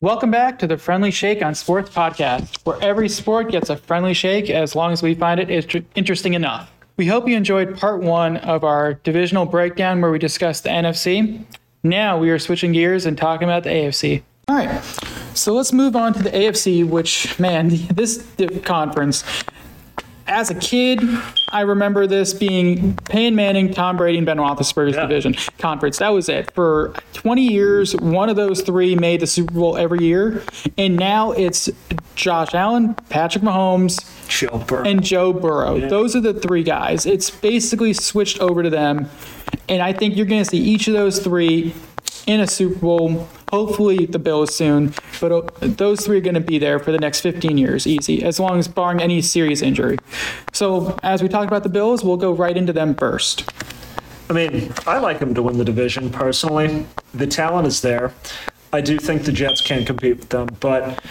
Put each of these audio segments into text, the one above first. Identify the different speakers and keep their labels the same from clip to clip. Speaker 1: Welcome back to the Friendly Shake on Sports podcast, where every sport gets a friendly shake as long as we find it is tr- interesting enough. We hope you enjoyed part one of our divisional breakdown where we discussed the NFC. Now we are switching gears and talking about the AFC. All right, so let's move on to the AFC, which, man, this di- conference. As a kid, I remember this being Peyton Manning, Tom Brady, and Ben Roethlisberger's division conference. That was it. For 20 years, one of those three made the Super Bowl every year. And now it's Josh Allen, Patrick Mahomes,
Speaker 2: Joe Burrow.
Speaker 1: and Joe Burrow. Those are the three guys. It's basically switched over to them. And I think you're going to see each of those three in a Super Bowl, hopefully the Bills soon. But uh, those three are going to be there for the next 15 years, easy, as long as barring any serious injury. So as we talk about the Bills, we'll go right into them first.
Speaker 2: I mean, I like him to win the division personally. The talent is there. I do think the Jets can compete with them, but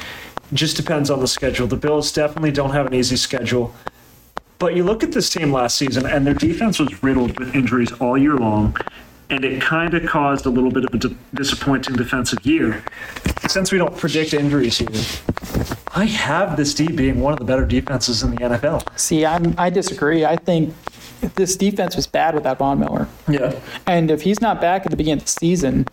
Speaker 2: just depends on the schedule. The Bills definitely don't have an easy schedule. But you look at this team last season, and their defense was riddled with injuries all year long, and it kind of caused a little bit of a di- disappointing defensive year. Since we don't predict injuries here, I have this D being one of the better defenses in the NFL.
Speaker 1: See, I'm, I disagree. I think this defense was bad without Von Miller.
Speaker 2: Yeah.
Speaker 1: And if he's not back at the beginning of the season,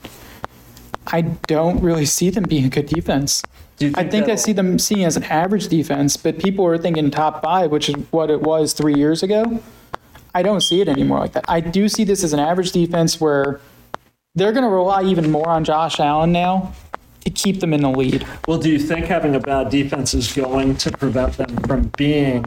Speaker 1: I don't really see them being a good defense.
Speaker 2: Do you
Speaker 1: I
Speaker 2: think
Speaker 1: think I
Speaker 2: that'll-
Speaker 1: see them seeing as an average defense, but people are thinking top five, which is what it was three years ago. I don't see it anymore like that. I do see this as an average defense where they're going to rely even more on Josh Allen now to keep them in the lead.
Speaker 2: Well, do you think having a bad defense is going to prevent them from being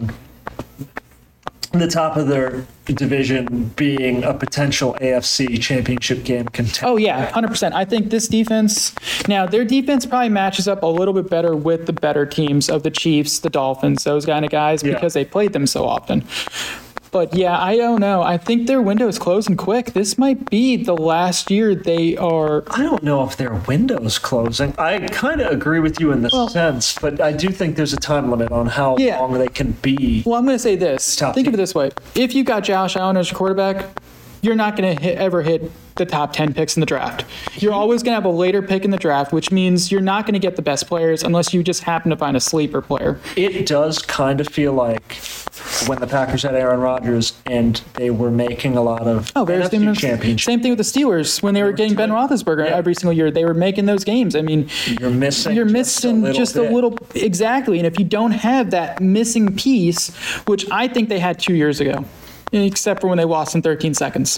Speaker 2: the top of their division, being a potential AFC championship game contender?
Speaker 1: Oh yeah, hundred percent. I think this defense. Now their defense probably matches up a little bit better with the better teams of the Chiefs, the Dolphins, those kind of guys
Speaker 2: Yeah.
Speaker 1: because they played them so often. But yeah, I don't know. I think their window is closing quick. This might be the last year they are.
Speaker 2: I don't know if their window's closing. I kind of agree with you in this sense, but I do think there's a time limit on how
Speaker 1: Yeah.
Speaker 2: long they can be.
Speaker 1: Well, I'm going to say this.
Speaker 2: tough.
Speaker 1: Think of it this way: if you got Josh Allen as your quarterback, you're not going to ever hit the top 10 picks in the draft. You're always going to have a later pick in the draft, which means you're not going to get the best players unless you just happen to find a sleeper player.
Speaker 2: It does kind of feel like when the Packers had Aaron Rodgers and they were making a lot of
Speaker 1: Oh, very
Speaker 2: NFC
Speaker 1: similar.
Speaker 2: championship.
Speaker 1: Same thing with the Steelers when they were, getting Ben
Speaker 2: tight.
Speaker 1: Roethlisberger
Speaker 2: Yeah.
Speaker 1: every single year. They were making those games. I mean,
Speaker 2: You're missing.
Speaker 1: you're
Speaker 2: just a
Speaker 1: missing
Speaker 2: little
Speaker 1: just a
Speaker 2: bit.
Speaker 1: little, exactly. And if you don't have that missing piece, which I think they had two years ago, except for when they lost in 13 seconds,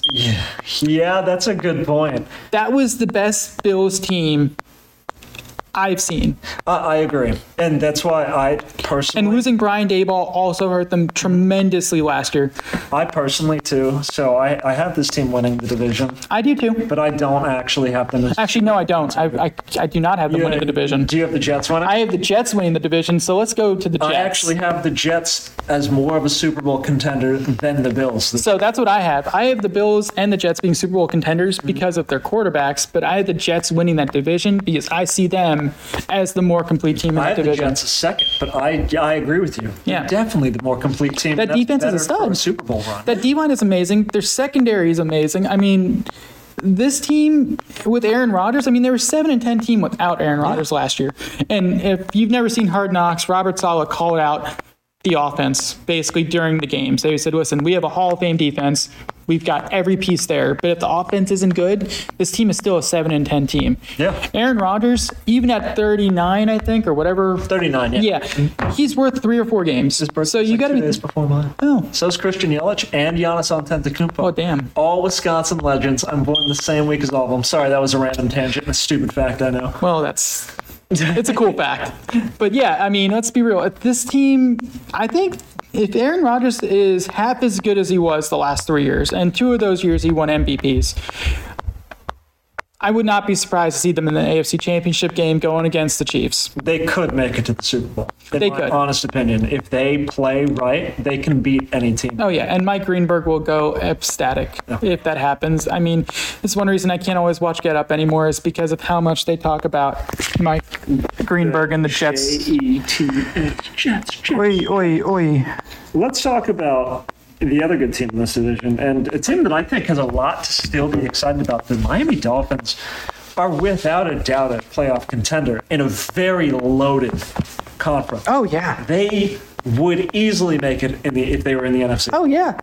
Speaker 2: Yeah, that's a good point.
Speaker 1: that was the best Bills team I've seen.
Speaker 2: I, I agree, and that's why I personally,
Speaker 1: And losing Brian Dayball also hurt them tremendously last year.
Speaker 2: I personally too. So I, I have this team winning the division,
Speaker 1: I do too.
Speaker 2: but I don't actually have them. As,
Speaker 1: Actually, no, I don't. I, I, I do not have them winning the division.
Speaker 2: Do you have the Jets winning?
Speaker 1: I have the Jets winning the division, so let's go to the Jets.
Speaker 2: I actually have the Jets as more of a Super Bowl contender than the Bills.
Speaker 1: So that's what I have. I have the Bills and the Jets being Super Bowl contenders
Speaker 2: Mm-hmm.
Speaker 1: because of their quarterbacks, but I have the Jets winning that division because I see them as the more complete team in
Speaker 2: I
Speaker 1: that
Speaker 2: have the
Speaker 1: division.
Speaker 2: Jets a second, but I I agree with you.
Speaker 1: Yeah.
Speaker 2: They're definitely the more complete team.
Speaker 1: That
Speaker 2: That's
Speaker 1: defense is a
Speaker 2: better for
Speaker 1: stud.
Speaker 2: Super Bowl run.
Speaker 1: That D line is amazing. Their secondary is amazing. I mean, this team with Aaron Rodgers, I mean, they were seven and ten team without Aaron Rodgers last year. And if you've never seen Hard Knocks, Robert Sala called out the offense basically during the games. They said, "Listen, we have a Hall of Fame defense. We've got every piece there, but if the offense isn't good, this team is still a seven and ten team."
Speaker 2: Yeah.
Speaker 1: Aaron Rodgers, even at 39, I think, or whatever.
Speaker 2: Thirty-nine. Yeah.
Speaker 1: Yeah, he's worth three or four games.
Speaker 2: His birthday's
Speaker 1: So you
Speaker 2: like
Speaker 1: got to
Speaker 2: two
Speaker 1: be.
Speaker 2: days before mine.
Speaker 1: Oh,
Speaker 2: So is Christian Yelich and Giannis Antetokounmpo.
Speaker 1: Oh, damn.
Speaker 2: All Wisconsin legends. I'm born the same week as all of them. Sorry, that was a random tangent. and A stupid fact, I know.
Speaker 1: Well, that's it's a cool fact. But yeah, I mean, let's be real. If This team, I think if Aaron Rodgers is half as good as he was the last 3 years and two of those years he won MVPs, I would not be surprised to see them in the AFC Championship game going against the Chiefs.
Speaker 2: They could make it to the Super Bowl. In
Speaker 1: They
Speaker 2: my
Speaker 1: could.
Speaker 2: honest opinion, if they play right, they can beat any team.
Speaker 1: Oh yeah, and Mike Greenberg will go ecstatic if that happens. I mean, it's one reason I can't always watch Get Up anymore is because of how much they talk about Mike Greenberg and the Jets.
Speaker 2: J-E-T-S, E Jets, Jets.
Speaker 1: Oi, oi, oi.
Speaker 2: Let's talk about the other good team in this division, and a team that I think has a lot to still be excited about. The Miami Dolphins are without a doubt a playoff contender in a very loaded conference.
Speaker 1: Oh yeah.
Speaker 2: They would easily make it in the if they were in the NFC.
Speaker 1: Oh yeah.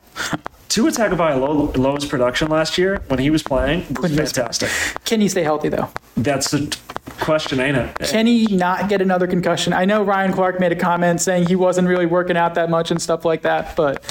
Speaker 2: Tua Tagovailoa Loa's production last year when he was playing was
Speaker 1: Couldn't miss.
Speaker 2: fantastic.
Speaker 1: Can he stay healthy though?
Speaker 2: That's the t- question, ain't it?
Speaker 1: Can he not get another concussion? I know Ryan Clark made a comment saying he wasn't really working out that much and stuff like that, but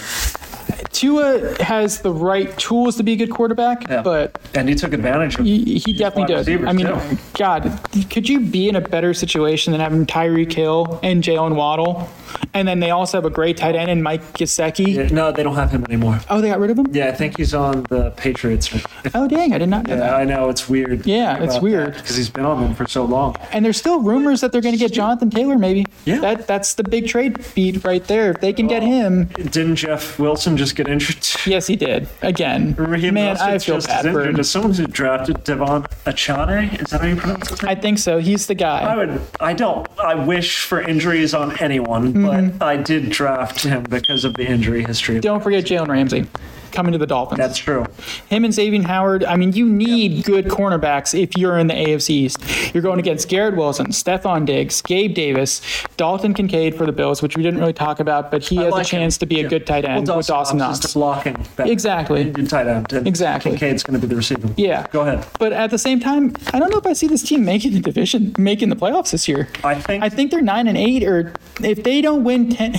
Speaker 1: Tua has the right tools to be a good quarterback,
Speaker 2: Yeah.
Speaker 1: but
Speaker 2: And he took advantage of.
Speaker 1: he, he definitely
Speaker 2: wide
Speaker 1: did. I
Speaker 2: receivers,
Speaker 1: mean,
Speaker 2: too.
Speaker 1: God, could you be in a better situation than having Tyreek Hill and Jalen Waddle, and then they also have a great tight end in Mike Gesicki?
Speaker 2: No, they don't have him anymore.
Speaker 1: Oh, they got rid of him.
Speaker 2: Yeah, I think he's on the Patriots.
Speaker 1: Oh, dang, I did not know that.
Speaker 2: Yeah, I know it's weird.
Speaker 1: Yeah, it's weird.
Speaker 2: because he's been on them for so long.
Speaker 1: And there's still rumors that they're going to get Jonathan Taylor, maybe.
Speaker 2: Yeah. Oh.
Speaker 1: That that's the big trade beat right there. If they can get him,
Speaker 2: Didn't Jeff Wilson just get injured?
Speaker 1: yes, he did again.
Speaker 2: Raheem
Speaker 1: Man, I
Speaker 2: Mostert
Speaker 1: feel
Speaker 2: just
Speaker 1: bad
Speaker 2: is
Speaker 1: for
Speaker 2: injured.
Speaker 1: him.
Speaker 2: As someone who drafted Devon Achane, is that how you pronounce his name?
Speaker 1: I think so. He's the
Speaker 2: I
Speaker 1: guy.
Speaker 2: would. I don't. I wish for injuries on anyone, but I did draft him because of the injury history.
Speaker 1: Mm-hmm. Don't forget Jalen Ramsey coming to the Dolphins.
Speaker 2: That's true.
Speaker 1: him and Xavier Howard. I mean, you need good cornerbacks if you're in the AFC East. You're going against Garrett Wilson, Stephon Diggs, Gabe Davis, Dalton Kincaid for the Bills, which we didn't really talk about, but he has
Speaker 2: like
Speaker 1: a chance
Speaker 2: him.
Speaker 1: to be a
Speaker 2: Yeah.
Speaker 1: good tight end
Speaker 2: Well,
Speaker 1: with Dawson
Speaker 2: Knox is
Speaker 1: Knox.
Speaker 2: the blocking. back.
Speaker 1: Exactly.
Speaker 2: Good tight end. and
Speaker 1: Exactly.
Speaker 2: Kincaid's going to be the receiver.
Speaker 1: Yeah.
Speaker 2: Go ahead.
Speaker 1: But at the same time, I don't know if I see this team making the division, making the playoffs this year.
Speaker 2: I think.
Speaker 1: I think they're nine and eight, or if they don't win ten,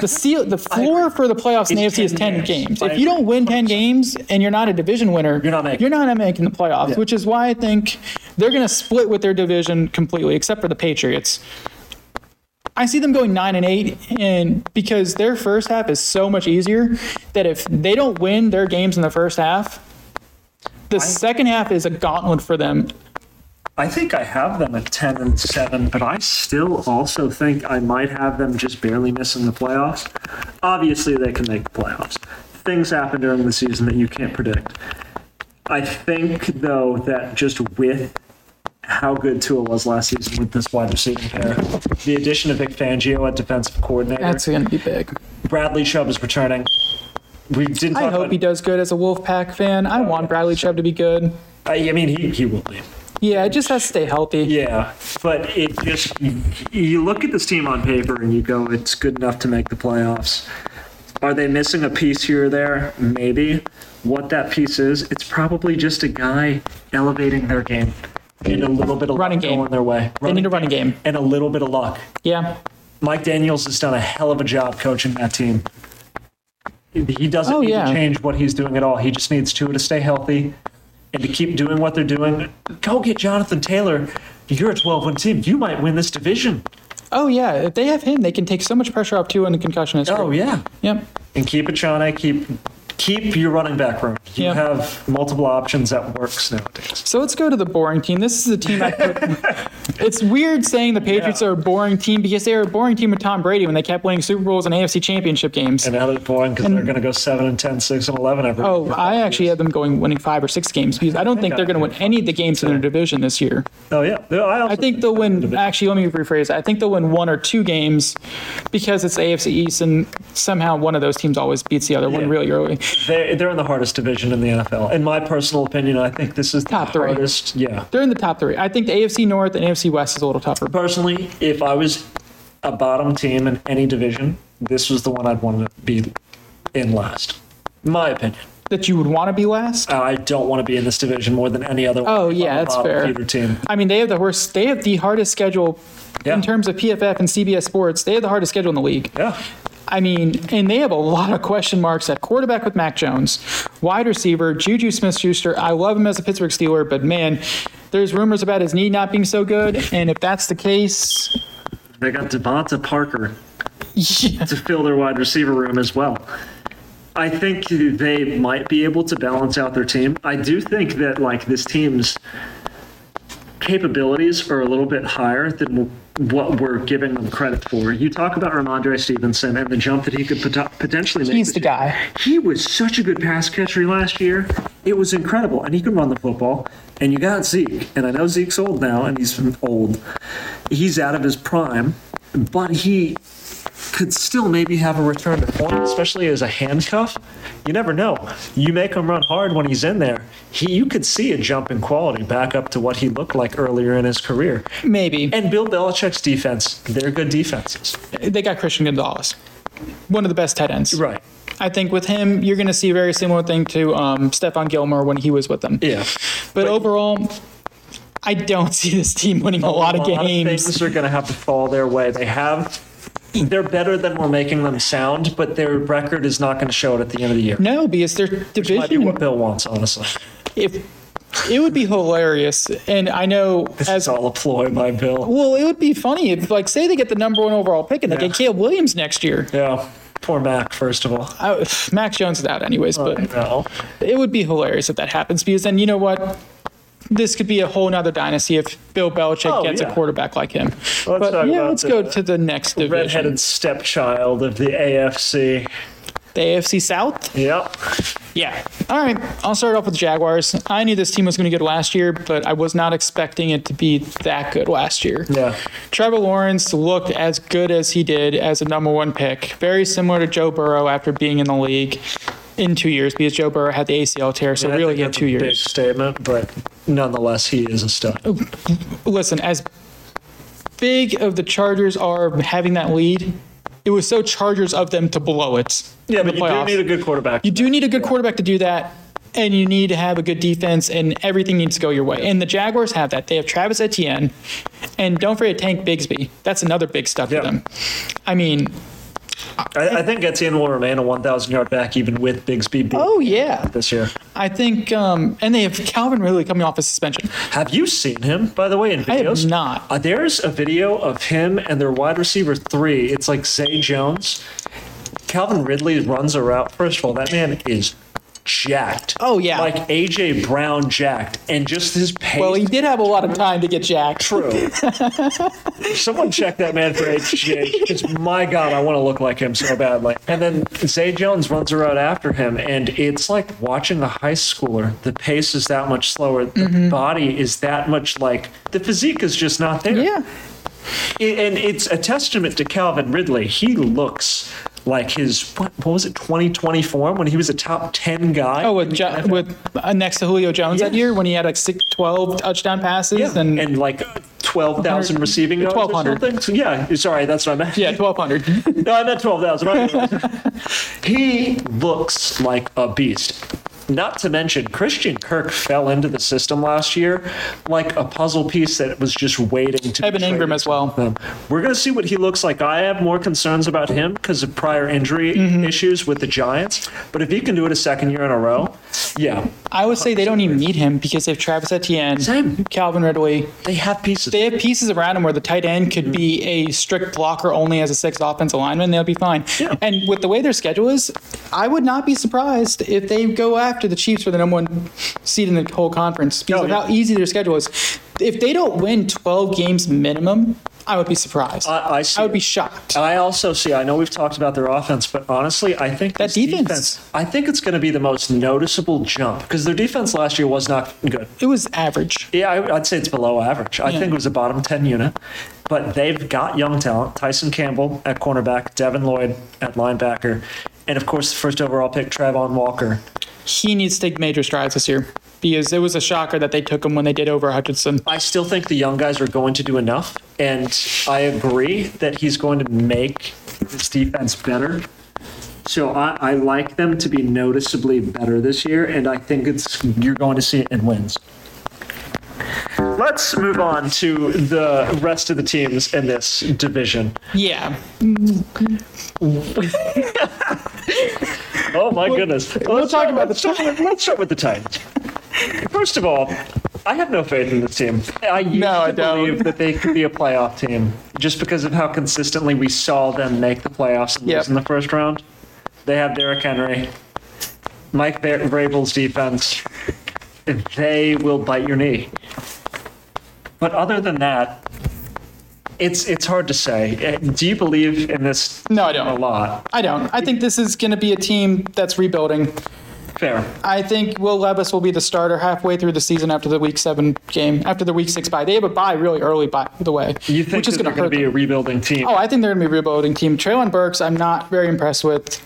Speaker 1: the seal, the floor for the playoffs in the
Speaker 2: It's
Speaker 1: AFC is
Speaker 2: 10
Speaker 1: ten
Speaker 2: games.
Speaker 1: games.
Speaker 2: I
Speaker 1: If you don't win ten games and you're not a division winner,
Speaker 2: You're not making-
Speaker 1: you're not making the playoffs, which is why I think they're going to split with their division completely, except for the Patriots. I see them going nine and eight, and because their first half is so much easier, that if they don't win their games in the first half, the second half is a gauntlet for them.
Speaker 2: I think I have them at ten and seven, but I still also think I might have them just barely missing the playoffs. Obviously, they can make the playoffs. Things happen during the season that you can't predict. I think though that just with how good Tua was last season with this wide receiver pair, the addition of Vic Fangio at defensive coordinator,
Speaker 1: That's going to be big.
Speaker 2: Bradley Chubb is returning. We didn't. Talk
Speaker 1: I hope
Speaker 2: about,
Speaker 1: he does good as a Wolfpack fan. I want Bradley Chubb to be good.
Speaker 2: I, I mean, he he will be.
Speaker 1: Yeah, it just has to stay healthy.
Speaker 2: Yeah, but it just you, you look at this team on paper and you go, it's good enough to make the playoffs. Are they missing a piece here or there? Maybe. What that piece is, it's probably just a guy elevating their game and a little bit of
Speaker 1: Running
Speaker 2: luck
Speaker 1: game.
Speaker 2: going their way.
Speaker 1: They need a running game.
Speaker 2: and a little bit of luck.
Speaker 1: Yeah.
Speaker 2: Mike Daniels has done a hell of a job coaching that team. He doesn't
Speaker 1: Oh,
Speaker 2: need
Speaker 1: yeah.
Speaker 2: to change what he's doing at all. He just needs Tua to stay healthy and to keep doing what they're doing. Go get Jonathan Taylor. You're a 12 win team. You might win this division.
Speaker 1: Oh yeah. If they have him, they can take so much pressure off too in the concussion history.
Speaker 2: Oh, yeah.
Speaker 1: Yep.
Speaker 2: And keep Achane. Keep keep your running back room. You
Speaker 1: Yeah.
Speaker 2: have multiple options that works nowadays.
Speaker 1: So let's go to the boring team. This is a team I put. it's weird saying the Patriots
Speaker 2: Yeah.
Speaker 1: are a boring team because they were a boring team with Tom Brady when they kept winning Super Bowls and AFC Championship games.
Speaker 2: And now they're boring because they're going to go 7 and 10, 6 and 11 every
Speaker 1: Oh, I actually had them going winning five or six games because I don't think they're going to win any of the games in their division this year.
Speaker 2: Oh, yeah. I, also
Speaker 1: I think they'll win. Actually, let me rephrase. that. I think they'll win one or two games because it's AFC East, and somehow one of those teams always beats the other one
Speaker 2: Yeah.
Speaker 1: really early.
Speaker 2: They're, they're in the hardest division in the NFL. In my personal opinion, I think this is the
Speaker 1: Top three.
Speaker 2: hardest. Yeah.
Speaker 1: They're in the top three. I think the AFC North and AFC West is a little tougher.
Speaker 2: Personally, if I was a bottom team in any division, this was the one I'd want to be in last. My opinion.
Speaker 1: That you would want to be last.
Speaker 2: I don't want to be in this division more than any other.
Speaker 1: Oh,
Speaker 2: one.
Speaker 1: yeah,
Speaker 2: I'm a
Speaker 1: that's
Speaker 2: bottom
Speaker 1: fair.
Speaker 2: feeder team.
Speaker 1: I mean, they have the worst. They have the hardest schedule
Speaker 2: Yeah.
Speaker 1: in terms of PFF and CBS Sports. They have the hardest schedule in the league.
Speaker 2: Yeah.
Speaker 1: I mean, and they have a lot of question marks at quarterback with Mac Jones, wide receiver Juju Smith-Schuster. I love him as a Pittsburgh Steeler, but man, there's rumors about his knee not being so good, and if that's the case,
Speaker 2: They got Devonta Parker
Speaker 1: yeah,
Speaker 2: to fill their wide receiver room as well. I think they might be able to balance out their team. I do think that like this team's capabilities are a little bit higher than what we're giving them credit for. You talk about Ramondre Stevenson and the jump that he could pot- potentially make.
Speaker 1: he's
Speaker 2: this
Speaker 1: the
Speaker 2: year.
Speaker 1: guy.
Speaker 2: He was such a good pass catcher last year. It was incredible, and he can run the football. And you got Zeke, and I know Zeke's old now, and he's old. He's out of his prime, but he could still maybe have a return to form, especially as a handcuff. You never know. You make him run hard when he's in there. He, you could see a jump in quality back up to what he looked like earlier in his career.
Speaker 1: Maybe.
Speaker 2: And Bill Belichick's defense, they're good defenses.
Speaker 1: they got Christian Gonzalez, one of the best tight ends.
Speaker 2: Right.
Speaker 1: I think with him, you're going to see a very similar thing to um, Stefan Gilmore when he was with them.
Speaker 2: Yeah.
Speaker 1: But overall, I don't see this team winning a
Speaker 2: Oh,
Speaker 1: lot of games.
Speaker 2: things are going to have to fall their way. They have. They're better than we're making them sound, but their record is not going to show it at the end of the year.
Speaker 1: no, because their
Speaker 2: Might be what
Speaker 1: division.
Speaker 2: Bill wants, honestly.
Speaker 1: If it would be hilarious, and I know
Speaker 2: This
Speaker 1: as
Speaker 2: is all a ploy by Bill.
Speaker 1: well, it would be funny if like say they get the number one overall pick and they get Caleb Williams next year.
Speaker 2: Yeah. Poor Mac, first of all.
Speaker 1: I, Max Jones is out anyways, but
Speaker 2: No.
Speaker 1: it would be hilarious if that happens because then you know what. This could be a whole nother dynasty if Bill Belichick
Speaker 2: Oh,
Speaker 1: gets
Speaker 2: yeah.
Speaker 1: a quarterback like him.
Speaker 2: talk
Speaker 1: but yeah,
Speaker 2: about
Speaker 1: let's
Speaker 2: the
Speaker 1: go to the next division,
Speaker 2: Redheaded stepchild of the AFC.
Speaker 1: the AFC South.
Speaker 2: Yep.
Speaker 1: Yeah. All right. I'll start off with the Jaguars. I knew this team was going to get last year, but I was not expecting it to be that good last year.
Speaker 2: Yeah.
Speaker 1: Trevor Lawrence looked as good as he did as a number one pick, very similar to Joe Burrow after being in the league in two years because Joe Burrow had the ACL tear, so
Speaker 2: I
Speaker 1: really
Speaker 2: think
Speaker 1: he had
Speaker 2: that's
Speaker 1: two
Speaker 2: a Big
Speaker 1: years. Oh,
Speaker 2: statement, but nonetheless, he is a stud.
Speaker 1: Listen, as big of the Chargers are having that lead, it was so Chargers of them to blow it.
Speaker 2: Yeah,
Speaker 1: in
Speaker 2: but
Speaker 1: the
Speaker 2: you do
Speaker 1: playoffs.
Speaker 2: need a good quarterback.
Speaker 1: You do need a good quarterback to do that, and you need to have a good defense, and everything needs to go your way. And the Jaguars have that. They have Travis Etienne, and don't forget Tank Bigsby. That's another big stuff
Speaker 2: Yeah.
Speaker 1: for them. I mean,
Speaker 2: I, I think Etienne will remain a 1,000 yard back even with Bigsby being
Speaker 1: oh yeah,
Speaker 2: this year.
Speaker 1: I think, um, and they have Calvin Ridley coming off a suspension.
Speaker 2: Have you seen him, by the way, in
Speaker 1: have
Speaker 2: videos?
Speaker 1: not.
Speaker 2: Uh, there's a video of him and their wide receiver three. It's like Zay Jones. Calvin Ridley runs a route. First of all, that man is jacked.
Speaker 1: Oh, yeah.
Speaker 2: Like AJ Brown jacked. And just his pace.
Speaker 1: Well, he did have a lot of time to get jacked.
Speaker 2: True. Someone check that man for HGH because my God, I want to look like him so badly. And then Zay Jones runs a route after him, and it's like watching a high schooler. The pace is that much slower. The
Speaker 1: Mm-hmm.
Speaker 2: body is that much like the physique is just not there.
Speaker 1: Yeah.
Speaker 2: I- and it's a testament to Calvin Ridley. He looks like his what, what was it 2020 form when he was a top 10 guy.
Speaker 1: Oh, with jo- with uh, next to Julio Jones that
Speaker 2: Yes.
Speaker 1: year when he had like six, 12 touchdown passes
Speaker 2: yeah.
Speaker 1: and,
Speaker 2: and, like. 12,000 receiving yards or
Speaker 1: 1,200.
Speaker 2: something. So, yeah, sorry, that's what I meant.
Speaker 1: yeah, twelve hundred.
Speaker 2: No, I meant 12,000. he looks like a beast. Not to mention, Christian Kirk fell into the system last year like a puzzle piece that was just waiting to be
Speaker 1: Evan Ingram
Speaker 2: traded
Speaker 1: as well.
Speaker 2: to them. We're going to see what he looks like. I have more concerns about him because of prior injury
Speaker 1: Mm-hmm.
Speaker 2: issues with the Giants. But if he can do it a second year in a row, yeah,
Speaker 1: I would say they don't even need him because they have Travis Etienne,
Speaker 2: Same.
Speaker 1: Calvin Ridley,
Speaker 2: they have pieces.
Speaker 1: they have pieces around him where the tight end could be a strict blocker only as a sixth offensive lineman, they'll be fine.
Speaker 2: Yeah.
Speaker 1: And with the way their schedule is, I would not be surprised if they go after the Chiefs for the number one seed in the whole conference because
Speaker 2: Oh,
Speaker 1: of
Speaker 2: yeah.
Speaker 1: how easy their schedule is. If they don't win 12 games minimum, I would be surprised.
Speaker 2: I, I see.
Speaker 1: would be shocked.
Speaker 2: I also see. I know we've talked about their offense, but honestly, I think
Speaker 1: That
Speaker 2: this
Speaker 1: defense.
Speaker 2: I think it's going to be the most noticeable jump because their defense last year was not good.
Speaker 1: it was average.
Speaker 2: Yeah, I, I'd say it's below average. I
Speaker 1: Yeah.
Speaker 2: think it was a bottom ten unit, but they've got young talent: Tyson Campbell at cornerback, Devin Lloyd at linebacker, and of course, the first overall pick, Travon Walker.
Speaker 1: He needs to take major strides this year because it was a shocker that they took him when they did over Hutchinson.
Speaker 2: I still think the young guys are going to do enough, and I agree that he's going to make this defense better. So I, I like them to be noticeably better this year, and I think it's you're going to see it in wins. Let's move on to the rest of the teams in this division.
Speaker 1: Yeah.
Speaker 2: Oh my goodness! Let's
Speaker 1: talk
Speaker 2: start-
Speaker 1: about
Speaker 2: let's start with- Let's start with the Titans. First of all, I have no faith in this team. I used
Speaker 1: No,
Speaker 2: to
Speaker 1: I don't.
Speaker 2: believe that they could be a playoff team just because of how consistently we saw them make the playoffs and
Speaker 1: Yep.
Speaker 2: lose in the first round. They have Derrick Henry, Mike Ver- Vrabel's defense. They will bite your knee. But other than that, it's it's hard to say. Uh, Do you believe in this?
Speaker 1: No, I
Speaker 2: team
Speaker 1: don't.
Speaker 2: A lot.
Speaker 1: I don't. I think this is going to be a team that's rebuilding.
Speaker 2: Fair.
Speaker 1: I think Will Levis will be the starter halfway through the season after the week seven game, after the week six bye. They have a bye really early, by the way,
Speaker 2: You think
Speaker 1: which is
Speaker 2: that
Speaker 1: going to
Speaker 2: they're
Speaker 1: hurt
Speaker 2: going to be
Speaker 1: them.
Speaker 2: a rebuilding team?
Speaker 1: Oh, I think they're going to be a rebuilding team. Traylon Burks, I'm not very impressed with.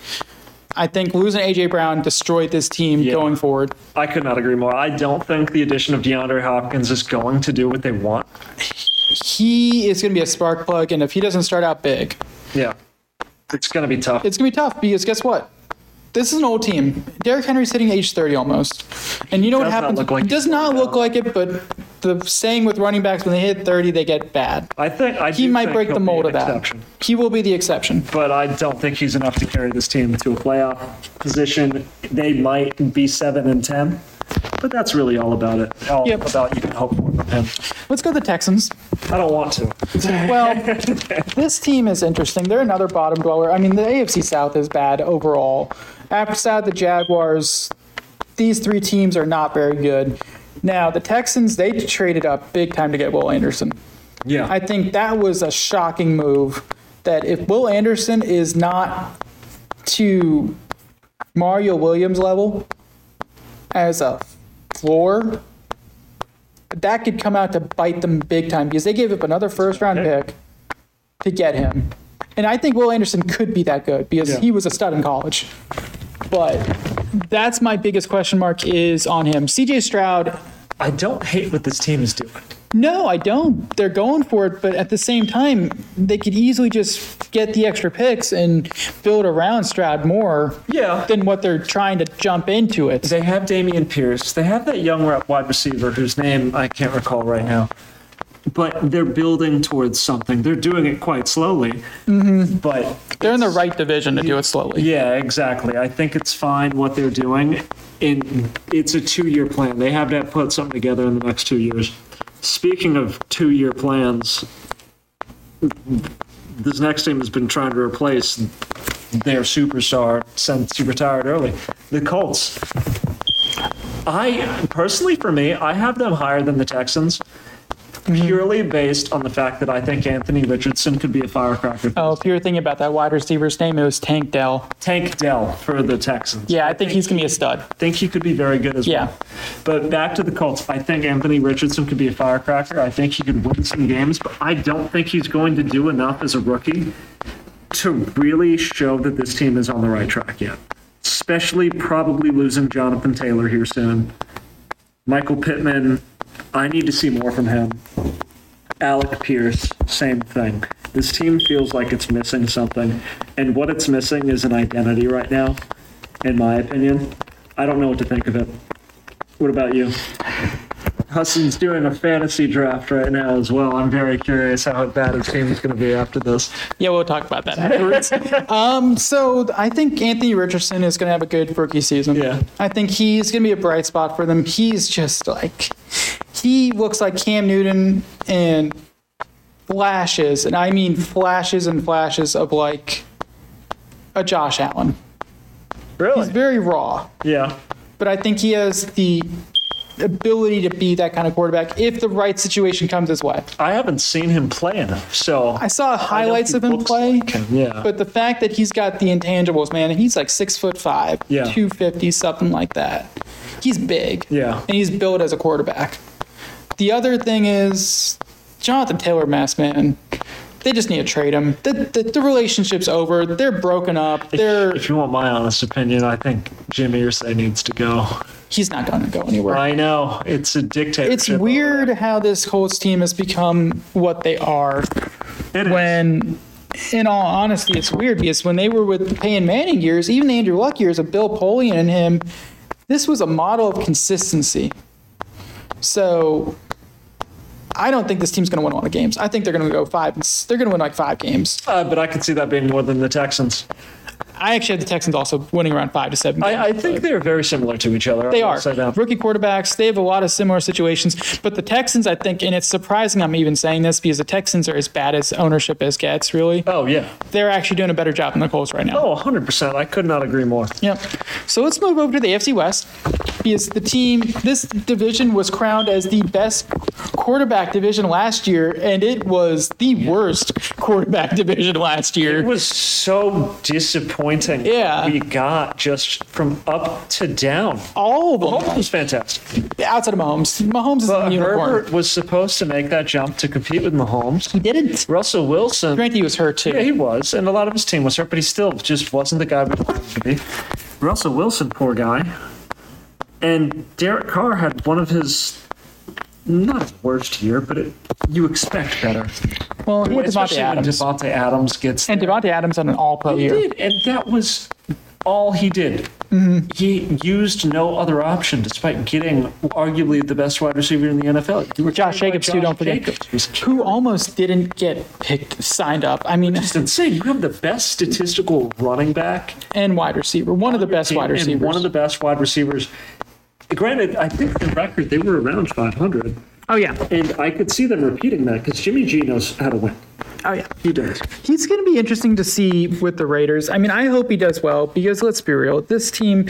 Speaker 1: I think losing AJ Brown destroyed this team going forward.
Speaker 2: I could not agree more. I don't think the addition of DeAndre Hopkins is going to do what they want.
Speaker 1: He is going to be a spark plug, and if he doesn't start out big,
Speaker 2: Yeah. It's going to be tough.
Speaker 1: it's going to be tough because guess what? This is an old team. Derrick Henry's hitting age 30 almost. And you know what
Speaker 2: Does not
Speaker 1: happens?
Speaker 2: look like
Speaker 1: it does
Speaker 2: he's
Speaker 1: not
Speaker 2: going
Speaker 1: look like it, but the saying with running backs when they hit 30, they get bad.
Speaker 2: I think I
Speaker 1: He
Speaker 2: do
Speaker 1: might
Speaker 2: think
Speaker 1: break
Speaker 2: he'll
Speaker 1: the
Speaker 2: be
Speaker 1: mold
Speaker 2: an
Speaker 1: of that.
Speaker 2: exception.
Speaker 1: He will be the exception.
Speaker 2: but I don't think he's enough to carry this team to a playoff position. They might be seven and ten, but that's really all about it. All
Speaker 1: Yep.
Speaker 2: about you can hope for from him.
Speaker 1: Let's go to the Texans.
Speaker 2: I don't want to.
Speaker 1: Well, this team is interesting. They're another bottom dweller. I mean, the AFC South is bad overall. Outside the Jaguars, these three teams are not very good. Now, the Texans, they traded up big time to get Will Anderson.
Speaker 2: Yeah,
Speaker 1: I think that was a shocking move. That if Will Anderson is not to Mario Williams level as a floor, that could come out to bite them big time because they gave up another first round
Speaker 2: Okay.
Speaker 1: pick to get him. And I think Will Anderson could be that good because
Speaker 2: Yeah.
Speaker 1: he was a stud in college. But that's my biggest question mark is on him. CJ Stroud
Speaker 2: I don't hate what this team is doing.
Speaker 1: no, I don't. They're going for it, but at the same time, they could easily just get the extra picks and build around Stroud more
Speaker 2: Yeah.
Speaker 1: than what they're trying to jump into it.
Speaker 2: They have Damian Pierce. They have that young re- wide receiver whose name I can't recall right now. But they're building towards something. They're doing it quite slowly. But
Speaker 1: They're in the right division to do it slowly.
Speaker 2: Yeah, exactly. I think it's fine what they're doing. In it's a two-year plan. They have to put something together in the next two years. Speaking of two-year plans, this next team has been trying to replace their superstar since he retired early. The Colts. I personally, for me, I have them higher than the Texans. Purely based on the fact that I think Anthony Richardson could be a firecracker.
Speaker 1: Oh, if you were thinking about that wide receiver's name, it was Tank Dell.
Speaker 2: Tank Dell for the Texans.
Speaker 1: Yeah, I think he's going to be a stud.
Speaker 2: think he could be very good as
Speaker 1: Yeah.
Speaker 2: well. But back to the Colts, I think Anthony Richardson could be a firecracker. I think he could win some games, but I don't think he's going to do enough as a rookie to really show that this team is on the right track yet. Especially probably losing Jonathan Taylor here soon. Michael Pittman, I need to see more from him. Alec Pierce, same thing. This team feels like it's missing something. And what it's missing is an identity right now, in my opinion. I don't know what to think of it. What about you? Hudson's doing a fantasy draft right now as well. I'm very curious how bad his team is going to be after this.
Speaker 1: Yeah, we'll talk about that afterwards. um, so I think Anthony Richardson is going to have a good rookie season.
Speaker 2: Yeah.
Speaker 1: I think he's going to be a bright spot for them. He's just like, he looks like Cam Newton and flashes, and I mean flashes and flashes of like a Josh Allen. He's
Speaker 2: Really?
Speaker 1: very raw,
Speaker 2: Yeah.
Speaker 1: but I think he has the ability to be that kind of quarterback if the right situation comes his way.
Speaker 2: I haven't seen him play enough, so.
Speaker 1: I saw highlights
Speaker 2: he
Speaker 1: of him
Speaker 2: looks
Speaker 1: play.
Speaker 2: like him, yeah.
Speaker 1: But the fact that he's got the intangibles, man, and he's like six foot five,
Speaker 2: Yeah.
Speaker 1: 250, something like that. He's big.
Speaker 2: Yeah.
Speaker 1: And he's built as a quarterback. The other thing is Jonathan Taylor, mass man. They just need to trade him. The, the, the relationship's over. They're broken up. They're
Speaker 2: If you want my honest opinion, I think Jimmy Irsay needs to go.
Speaker 1: he's not going to go anywhere.
Speaker 2: I know. It's a dictatorship.
Speaker 1: It's weird how this Colts team has become what they are.
Speaker 2: It is.
Speaker 1: when in all honesty it's weird because when they were with the Peyton Manning years, even Andrew Luck years of Bill Polian and him, this was a model of consistency. So I don't think this team's going to win a lot of games. I think they're going to go five. And, s- they're going to win like five games.
Speaker 2: Uh, but I could see that being more than the Texans.
Speaker 1: I actually have the Texans also winning around five to seven. games.
Speaker 2: I, I think they're very similar to each other. I
Speaker 1: They
Speaker 2: will
Speaker 1: are
Speaker 2: say that.
Speaker 1: rookie quarterbacks. They have a lot of similar situations, but the Texans, I think, and it's surprising I'm even saying this because the Texans are as bad as ownership as gets. Really,
Speaker 2: Oh, yeah.
Speaker 1: they're actually doing a better job than the Colts right now.
Speaker 2: Oh, 100%. I could not agree more.
Speaker 1: Yep. So let's move over to the AFC West because the team, this division was crowned as the best quarterback division last year, and it was the worst quarterback division last
Speaker 2: It
Speaker 1: year.
Speaker 2: was so disappointing. disappointing
Speaker 1: Yeah.
Speaker 2: we got just from up to down.
Speaker 1: All of them.
Speaker 2: Mahomes was fantastic.
Speaker 1: Outside of Mahomes. Mahomes is a
Speaker 2: But
Speaker 1: unicorn.
Speaker 2: Herbert was supposed to make that jump to compete with Mahomes.
Speaker 1: He didn't.
Speaker 2: Russell Wilson
Speaker 1: Granted, he was hurt too.
Speaker 2: Yeah, he was, and a lot of his team was hurt, but he still just wasn't the guy we wanted him to be. Russell Wilson, poor guy. And Derek Carr had one of his not his worst year, but it, you expect better.
Speaker 1: well, he had Devontae
Speaker 2: Especially when
Speaker 1: Adams.
Speaker 2: Devontae Adams gets
Speaker 1: and Devontae Adams had an all-pro
Speaker 2: he
Speaker 1: year.
Speaker 2: did, and that was all he did.
Speaker 1: Mm-hmm.
Speaker 2: He used no other option, despite getting arguably the best wide receiver in the NFL. You were
Speaker 1: Josh
Speaker 2: carried by
Speaker 1: Jacobs, too, don't forget.
Speaker 2: Jacobs. It was
Speaker 1: Who almost didn't get picked, signed up. I mean,
Speaker 2: It's insane. You have the best statistical running back
Speaker 1: and wide receiver. One of the best wide
Speaker 2: and
Speaker 1: receivers.
Speaker 2: One of the best wide receivers. Granted, I think the record they were around 500,
Speaker 1: oh yeah,
Speaker 2: and I could see them repeating that because Jimmy G knows how to win.
Speaker 1: oh yeah.
Speaker 2: He does.
Speaker 1: He's going to be interesting to see with the Raiders. I mean, I hope he does well because let's be real, this team.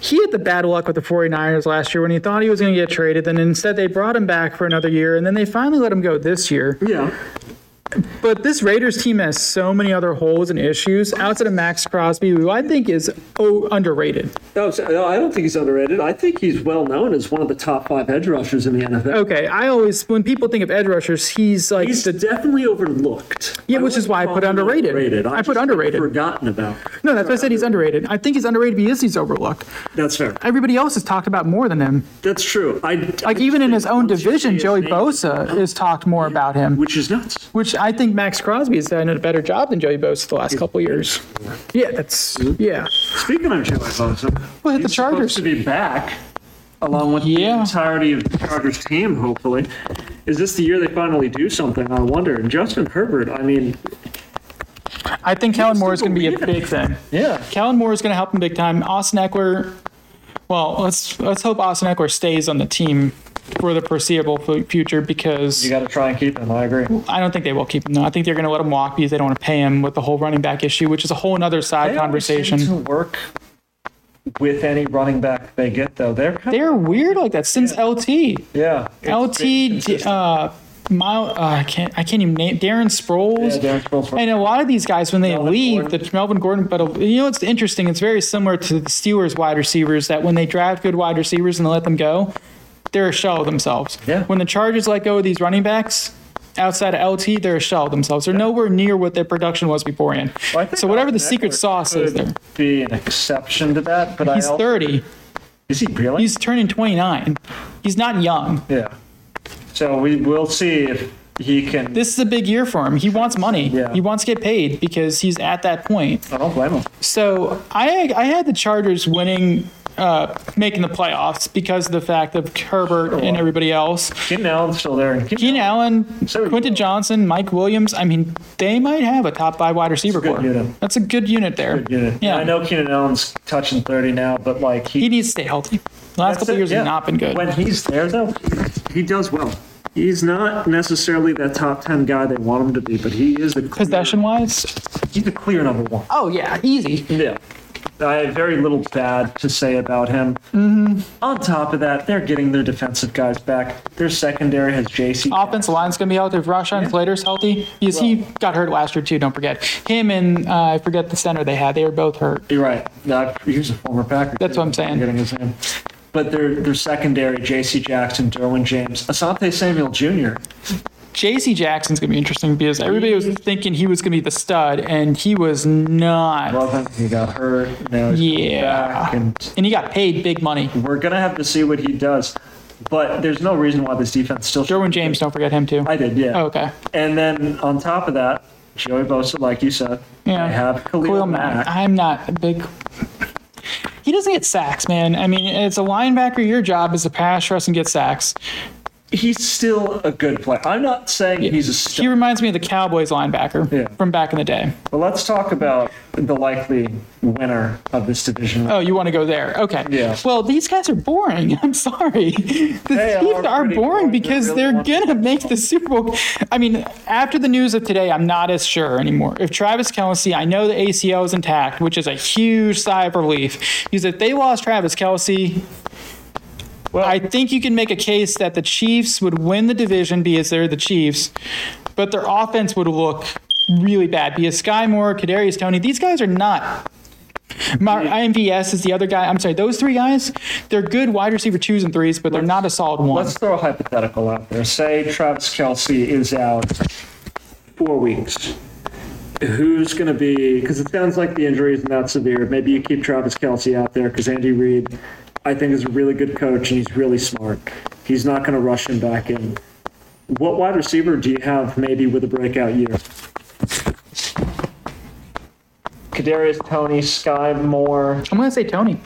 Speaker 1: He had the bad luck with the 49ers last year when he thought he was going to get traded. Then instead, they brought him back for another year, and then they finally let him go this year.
Speaker 2: Yeah.
Speaker 1: But this Raiders team has so many other holes and issues outside of Max Crosby, who I think is oh, underrated.
Speaker 2: No, so- no, I don't think he's underrated. I think he's well known as one of the top five edge rushers in the NFL.
Speaker 1: Okay, I always when people think of edge rushers, he's like
Speaker 2: He's
Speaker 1: the
Speaker 2: definitely overlooked.
Speaker 1: Yeah, which is
Speaker 2: wouldn't
Speaker 1: why I put
Speaker 2: call him
Speaker 1: underrated. I
Speaker 2: I've
Speaker 1: put
Speaker 2: just
Speaker 1: underrated.
Speaker 2: Forgotten about.
Speaker 1: no. That's why I said he's underrated. I think he's underrated because he's overlooked.
Speaker 2: That's fair.
Speaker 1: Everybody else is talked about more than him.
Speaker 2: That's true. I
Speaker 1: Like even in his own division, Joey Bosa is talked more about him,
Speaker 2: which is nuts.
Speaker 1: which I think Max Crosby has done a better job than Joey Bosa the last couple years. Yeah, that's yeah.
Speaker 2: Speaking of Joey Bosa,
Speaker 1: Well, hit the
Speaker 2: he's supposed
Speaker 1: Chargers.
Speaker 2: to be back along with the
Speaker 1: Yeah.
Speaker 2: entirety of the Chargers team. Hopefully, is this the year they finally do something? I wonder. And Justin Herbert, I mean,
Speaker 1: I think Kellen Moore is going to be a
Speaker 2: believe it.
Speaker 1: big thing.
Speaker 2: yeah,
Speaker 1: Kellen Moore is going to help him big time. Austin Eckler, well, let's let's hope Austin Eckler stays on the team for the foreseeable fu- future because
Speaker 2: you got to try and keep him. I agree.
Speaker 1: I don't think they will keep him. though. I think they're going to let him walk because they don't want to pay him with the whole running back issue, which is a whole other side
Speaker 2: to
Speaker 1: conversation.
Speaker 2: work with any running back they get, though. They're kind
Speaker 1: They're weird like that since LT.
Speaker 2: yeah.
Speaker 1: LT, uh, Mile, uh, I can't, I can't even name Darren Sproles.
Speaker 2: Yeah, Darren Sproles.
Speaker 1: And a lot of these guys, when they
Speaker 2: Melvin
Speaker 1: leave,
Speaker 2: Gordon.
Speaker 1: the Melvin Gordon, but uh, you know what's interesting? It's very similar to the Steelers wide receivers that when they draft good wide receivers and they let them go, they're a shell of themselves.
Speaker 2: Yeah.
Speaker 1: When the Chargers let go of these running backs. Outside of LT, they're a shell of themselves. They're nowhere near what their production was beforehand.
Speaker 2: Well, I think
Speaker 1: so whatever the
Speaker 2: Austin
Speaker 1: secret
Speaker 2: Eckler
Speaker 1: sauce is, there,
Speaker 2: could be an exception to that, but
Speaker 1: he's
Speaker 2: I al-
Speaker 1: 30.
Speaker 2: Is he really?
Speaker 1: He's turning 29. He's not young.
Speaker 2: yeah. So we will see if he can.
Speaker 1: This is a big year for him. He wants money.
Speaker 2: Yeah.
Speaker 1: He wants to get paid because he's at that point.
Speaker 2: I don't blame him.
Speaker 1: So I I had the Chargers winning, uh, making the playoffs because of the fact of Herbert and everybody else.
Speaker 2: Keenan Allen's still there. and
Speaker 1: Keenan Allen,
Speaker 2: So-
Speaker 1: Quinton Johnson, Mike Williams. I mean, they might have a top five wide receiver
Speaker 2: good
Speaker 1: core.
Speaker 2: unit.
Speaker 1: That's a good unit there.
Speaker 2: Yeah.
Speaker 1: Yeah.
Speaker 2: I know Keenan Allen's touching 30 now, but like he,
Speaker 1: He needs to stay healthy. The last couple
Speaker 2: it,
Speaker 1: years
Speaker 2: yeah.
Speaker 1: have not been good.
Speaker 2: When he's there though, he does well. He's not necessarily that top 10 guy they want him to be, but he is the clear,
Speaker 1: Possession wise,
Speaker 2: He's the clear number one.
Speaker 1: oh yeah, easy.
Speaker 2: Yeah. I have very little bad to say about him. Mm-hmm. On top of that, they're getting their defensive guys back. Their secondary has JC.
Speaker 1: Offensive line's gonna be healthy. If Rashawn Slater's healthy, because he got hurt last year too. Don't forget him and uh, I forget the center they had. They were both hurt.
Speaker 2: You're right. No, he was a former Packer.
Speaker 1: That's what I'm saying.
Speaker 2: Forgetting his name. But their their secondary, J.C. Jackson, Derwin James, Asante Samuel Jr.
Speaker 1: J.C. Jackson's gonna be interesting because everybody was thinking he was gonna be the stud, and he was not.
Speaker 2: Love him. He got hurt. Now he's
Speaker 1: Yeah.
Speaker 2: back, and
Speaker 1: And he got paid big money.
Speaker 2: we're gonna have to see what he does. But there's no reason why this defense still.
Speaker 1: Derwin James, don't forget him too.
Speaker 2: I did, yeah.
Speaker 1: Oh, okay.
Speaker 2: And then on top of that, Joey Bosa, like you said,
Speaker 1: Yeah.
Speaker 2: I have Khalil,
Speaker 1: Khalil
Speaker 2: Mack.
Speaker 1: Mack. I'm not a big. He doesn't get sacks, man. I mean, it's a linebacker. Your job is to pass rush and get sacks.
Speaker 2: He's still a good player. I'm not saying he's a star.
Speaker 1: He reminds me of the Cowboys linebacker
Speaker 2: Yeah.
Speaker 1: from back in the day.
Speaker 2: But let's talk about the likely winner of this division.
Speaker 1: Oh, you want to go there? Okay.
Speaker 2: Mm-hmm. Yeah.
Speaker 1: Well, these guys are boring. I'm sorry. The
Speaker 2: They
Speaker 1: Chiefs
Speaker 2: are
Speaker 1: are boring,
Speaker 2: pretty boring.
Speaker 1: because
Speaker 2: They're really
Speaker 1: they're
Speaker 2: boring.
Speaker 1: gonna make the Super Bowl. I mean, after the news of today, I'm not as sure anymore. If Travis Kelsey, I know the ACL is intact, which is a huge sigh of relief, because if they lost Travis Kelsey.
Speaker 2: Well-
Speaker 1: I think you can make a case that the Chiefs would win the division because they're the Chiefs, but their offense would look really bad because Sky Moore, Kadarius Tony, these guys are not. My IMVS is the other guy. I'm sorry, those three guys, they're good wide receiver twos and threes, but they're not a solid one.
Speaker 2: Let's throw a hypothetical out there. Say Travis Kelsey is out four weeks. Who's going to be? Because it sounds like the injury is not severe. Maybe you keep Travis Kelsey out there because Andy Reid, I think, is a really good coach and he's really smart. He's not going to rush him back in. What wide receiver do you have maybe with a breakout year? Kadarius Tony, Sky Moore.
Speaker 1: I'm going to say Tony.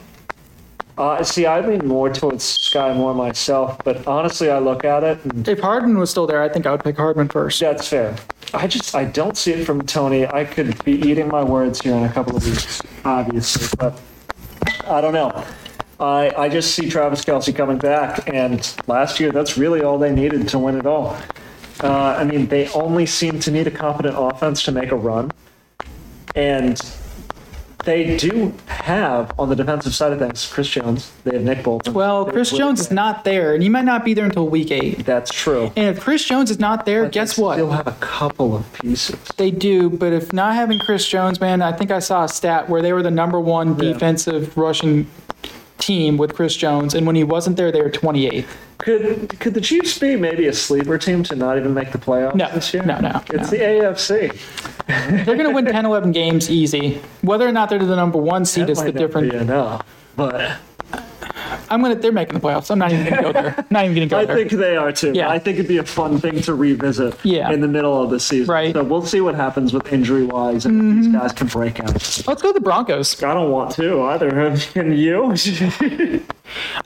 Speaker 2: Uh, see, I lean more towards Sky Moore myself, but honestly, I look at it and
Speaker 1: If Hardman was still there, I think I would pick Hardman first.
Speaker 2: That's fair. I just I don't see it from Tony. I could be eating my words here in a couple of weeks, obviously, but I don't know. I I just see Travis Kelsey coming back, and last year that's really all they needed to win it all. Uh, I mean, they only seem to need a competent offense to make a run, and they do have on the defensive side of things Chris Jones. They have Nick Bolton.
Speaker 1: Well, Chris Jones is not there, and he might not be there until week eight.
Speaker 2: That's true.
Speaker 1: And if Chris Jones is not there, guess what?
Speaker 2: They'll have a couple of pieces.
Speaker 1: They do, but if not having Chris Jones, man, I think I saw a stat where they were the number one
Speaker 2: Yeah.
Speaker 1: defensive rushing team with Chris Jones, and when he wasn't there, they were 28th.
Speaker 2: Could could the Chiefs be maybe a sleeper team to not even make the playoffs
Speaker 1: No,
Speaker 2: this year?
Speaker 1: no, no,
Speaker 2: It's
Speaker 1: no.
Speaker 2: the AFC.
Speaker 1: They're going to win 10, 11 games easy. Whether or not they're the number one seed
Speaker 2: That
Speaker 1: is the
Speaker 2: might not be
Speaker 1: difference.
Speaker 2: enough, but
Speaker 1: I'm going to. They're making the playoffs. I'm not even going to go there. Not even going to go
Speaker 2: I
Speaker 1: there.
Speaker 2: think they are too.
Speaker 1: Yeah.
Speaker 2: I think it'd be a fun thing to revisit
Speaker 1: Yeah.
Speaker 2: in the middle of the season.
Speaker 1: Right. Mm-hmm.
Speaker 2: So we'll see what happens with injury wise and if these guys can break out.
Speaker 1: Let's go to the Broncos.
Speaker 2: I don't want to either. Can you?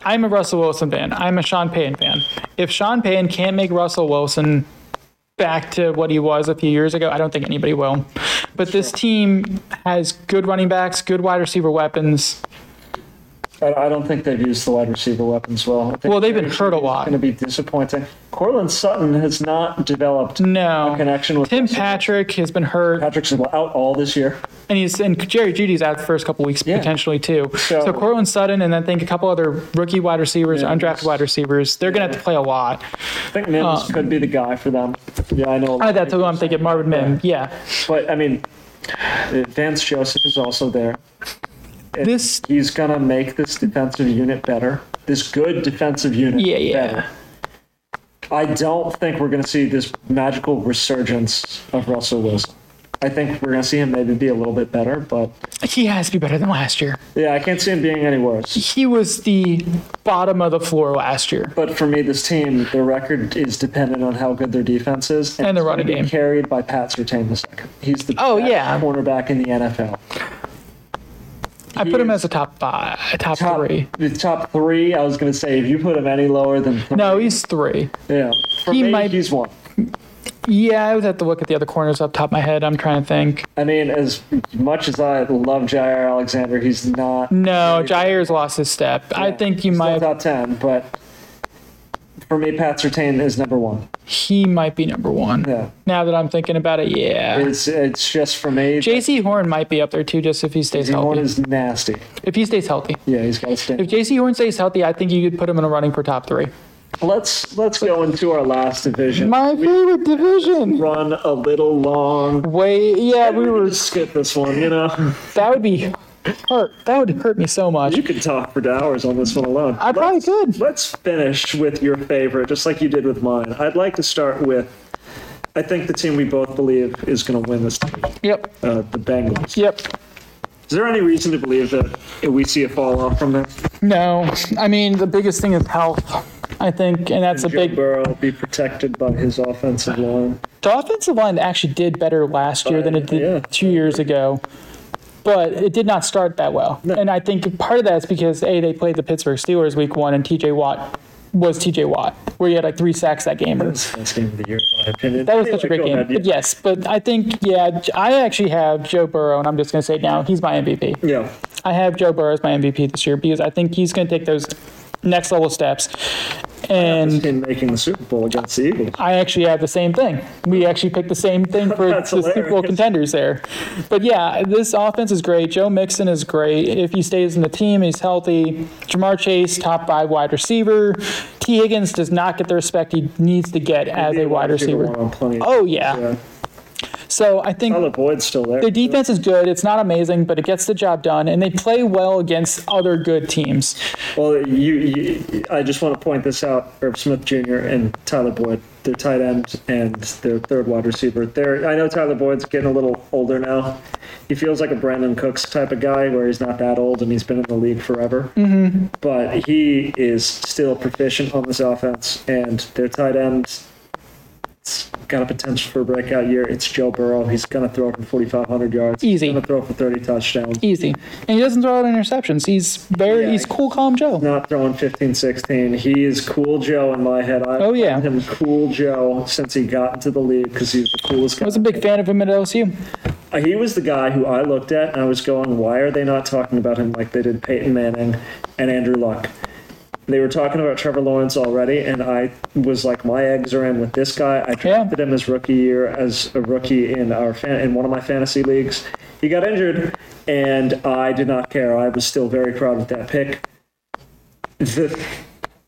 Speaker 1: I'm a Russell Wilson fan. I'm a Sean Payton fan. If Sean Payton can't make Russell Wilson back to what he was a few years ago, I don't think anybody will. But this team has good running backs, good wide receiver weapons.
Speaker 2: I I don't think they've used the wide receiver weapons well. I think
Speaker 1: Well, they've been hurt a
Speaker 2: It's
Speaker 1: lot.
Speaker 2: going to be disappointing. Cortland Sutton has not developed
Speaker 1: No.
Speaker 2: a connection with
Speaker 1: Tim Patrick has been hurt,
Speaker 2: Patrick's out all this year.
Speaker 1: and he's and Jerry Judy's out the first couple weeks
Speaker 2: Yeah.
Speaker 1: potentially too. So,
Speaker 2: So-
Speaker 1: Cortland Sutton and I think a couple other rookie wide receivers,
Speaker 2: Yeah.
Speaker 1: undrafted wide receivers, they're gonna have to play a lot.
Speaker 2: I think Mims could be the guy for them. Yeah, I know. a lot
Speaker 1: Uh,
Speaker 2: of
Speaker 1: That's
Speaker 2: people
Speaker 1: who I'm
Speaker 2: say
Speaker 1: thinking, Marvin Mims. Yeah,
Speaker 2: that, But I mean, Vance Joseph is also there. And
Speaker 1: This-
Speaker 2: he's gonna make this defensive unit better. This good defensive unit.
Speaker 1: Yeah, yeah.
Speaker 2: Better. I don't think we're gonna see this magical resurgence of Russell Wilson. I think we're gonna see him maybe be a little bit better, but
Speaker 1: he has to be better than last year.
Speaker 2: yeah, I can't see him being any worse.
Speaker 1: he was the bottom of the floor last year.
Speaker 2: But for me, this team, their record is dependent on how good their defense is,
Speaker 1: And the
Speaker 2: it's
Speaker 1: running
Speaker 2: gonna be
Speaker 1: game.
Speaker 2: carried by Pat Surtain the second. He's the
Speaker 1: Oh,
Speaker 2: best
Speaker 1: yeah.
Speaker 2: cornerback in the NFL.
Speaker 1: I put him
Speaker 2: He
Speaker 1: as a top five, a top,
Speaker 2: Top
Speaker 1: three.
Speaker 2: the top three. I was gonna say if you put him any lower than three,
Speaker 1: No, he's three.
Speaker 2: yeah, for
Speaker 1: he
Speaker 2: me,
Speaker 1: might-
Speaker 2: he's one.
Speaker 1: Yeah, I would have to look at the other corners up top of my head. I'm trying to think.
Speaker 2: I mean, as much as I love Jair Alexander, he's not.
Speaker 1: No, Jair's lost his step. I think you
Speaker 2: he's
Speaker 1: might.
Speaker 2: still top ten, but for me, Pat Surtain is number one.
Speaker 1: He might be number one.
Speaker 2: Yeah,
Speaker 1: Now that I'm thinking about it, yeah.
Speaker 2: it's it's just for me.
Speaker 1: J.C. Horn might be up there too, just if he stays
Speaker 2: Horn
Speaker 1: healthy.
Speaker 2: is nasty.
Speaker 1: If he stays healthy.
Speaker 2: Yeah, he's got to stay.
Speaker 1: If J.C. Horn stays healthy, I think you could put him in a running for top three.
Speaker 2: Let's let's go into our last division.
Speaker 1: My favorite division.
Speaker 2: Run a little long.
Speaker 1: Wait, yeah, we were.
Speaker 2: just skip this one, you know.
Speaker 1: That would be hurt. That would hurt me so much.
Speaker 2: You could talk for hours on this one alone.
Speaker 1: I probably could.
Speaker 2: Let's finish with your favorite, just like you did with mine. I'd like to start with. I think the team we both believe is going to win this division,
Speaker 1: Yep.
Speaker 2: uh, the Bengals.
Speaker 1: Yep.
Speaker 2: Is there any reason to believe that we see a fall off from this?
Speaker 1: No, I mean the biggest thing is health. I think, and that's a
Speaker 2: Joe
Speaker 1: big.
Speaker 2: Burrow will be protected by his offensive line.
Speaker 1: The offensive line actually did better last year than it did
Speaker 2: Yeah.
Speaker 1: two years ago, but it did not start that well. And I think part of that is because a they played the Pittsburgh Steelers week one, and T.J. Watt was T.J. Watt, where he had like three sacks that game. Or,
Speaker 2: That's the best game of the year, in my opinion.
Speaker 1: that was such a great game. But yes, but I think yeah, I actually have Joe Burrow, and I'm just going to say it now he's my MVP.
Speaker 2: Yeah.
Speaker 1: I have Joe Burrow as my MVP this year because I think he's going to take those next level steps. And
Speaker 2: In making the Super Bowl against the Eagles.
Speaker 1: I actually have the same thing. We actually picked the same thing for the
Speaker 2: That's
Speaker 1: Super Bowl
Speaker 2: hilarious.
Speaker 1: contenders there. But yeah, this offense is great. Joe Mixon is great. If he stays in the team, he's healthy. Jamar Chase, top five wide receiver. T. Higgins does not get the respect he needs to get as a wide receiver.
Speaker 2: One on plenty of-
Speaker 1: Oh, yeah. So I think
Speaker 2: Oh, the Boyd's still there.
Speaker 1: their defense is good. It's not amazing, but it gets the job done, and they play well against other good teams.
Speaker 2: Well, you, you, I just want to point this out: Herb Smith Jr. and Tyler Boyd, their tight end and their third wide receiver. They're, I know Tyler Boyd's getting a little older now. He feels like a Brandon Cooks type of guy, where he's not that old and he's been in the league forever. But he is still proficient on this offense, and their tight end. It's got a potential for a breakout year. It's Joe Burrow. He's going to throw for 4,500 yards.
Speaker 1: Easy.
Speaker 2: He's going to throw for 30 touchdowns.
Speaker 1: Easy, and he doesn't throw out interceptions. He's very
Speaker 2: Yeah.
Speaker 1: he's cool, calm Joe.
Speaker 2: not throwing 15 16 he is cool joe in my head i
Speaker 1: Oh, yeah.
Speaker 2: him cool joe since he got into the league because he's the coolest guy
Speaker 1: I
Speaker 2: Uh,
Speaker 1: was a big fan of him at LSU.
Speaker 2: he was the guy who i looked at and i was going why are they not talking about him like they did peyton manning and andrew luck they were talking about Trevor Lawrence already, and I was like, my eggs are in with this guy. I drafted him his rookie year as a rookie in our fan- in one of my fantasy leagues. He got injured, and I did not care. I was still very proud of that pick. The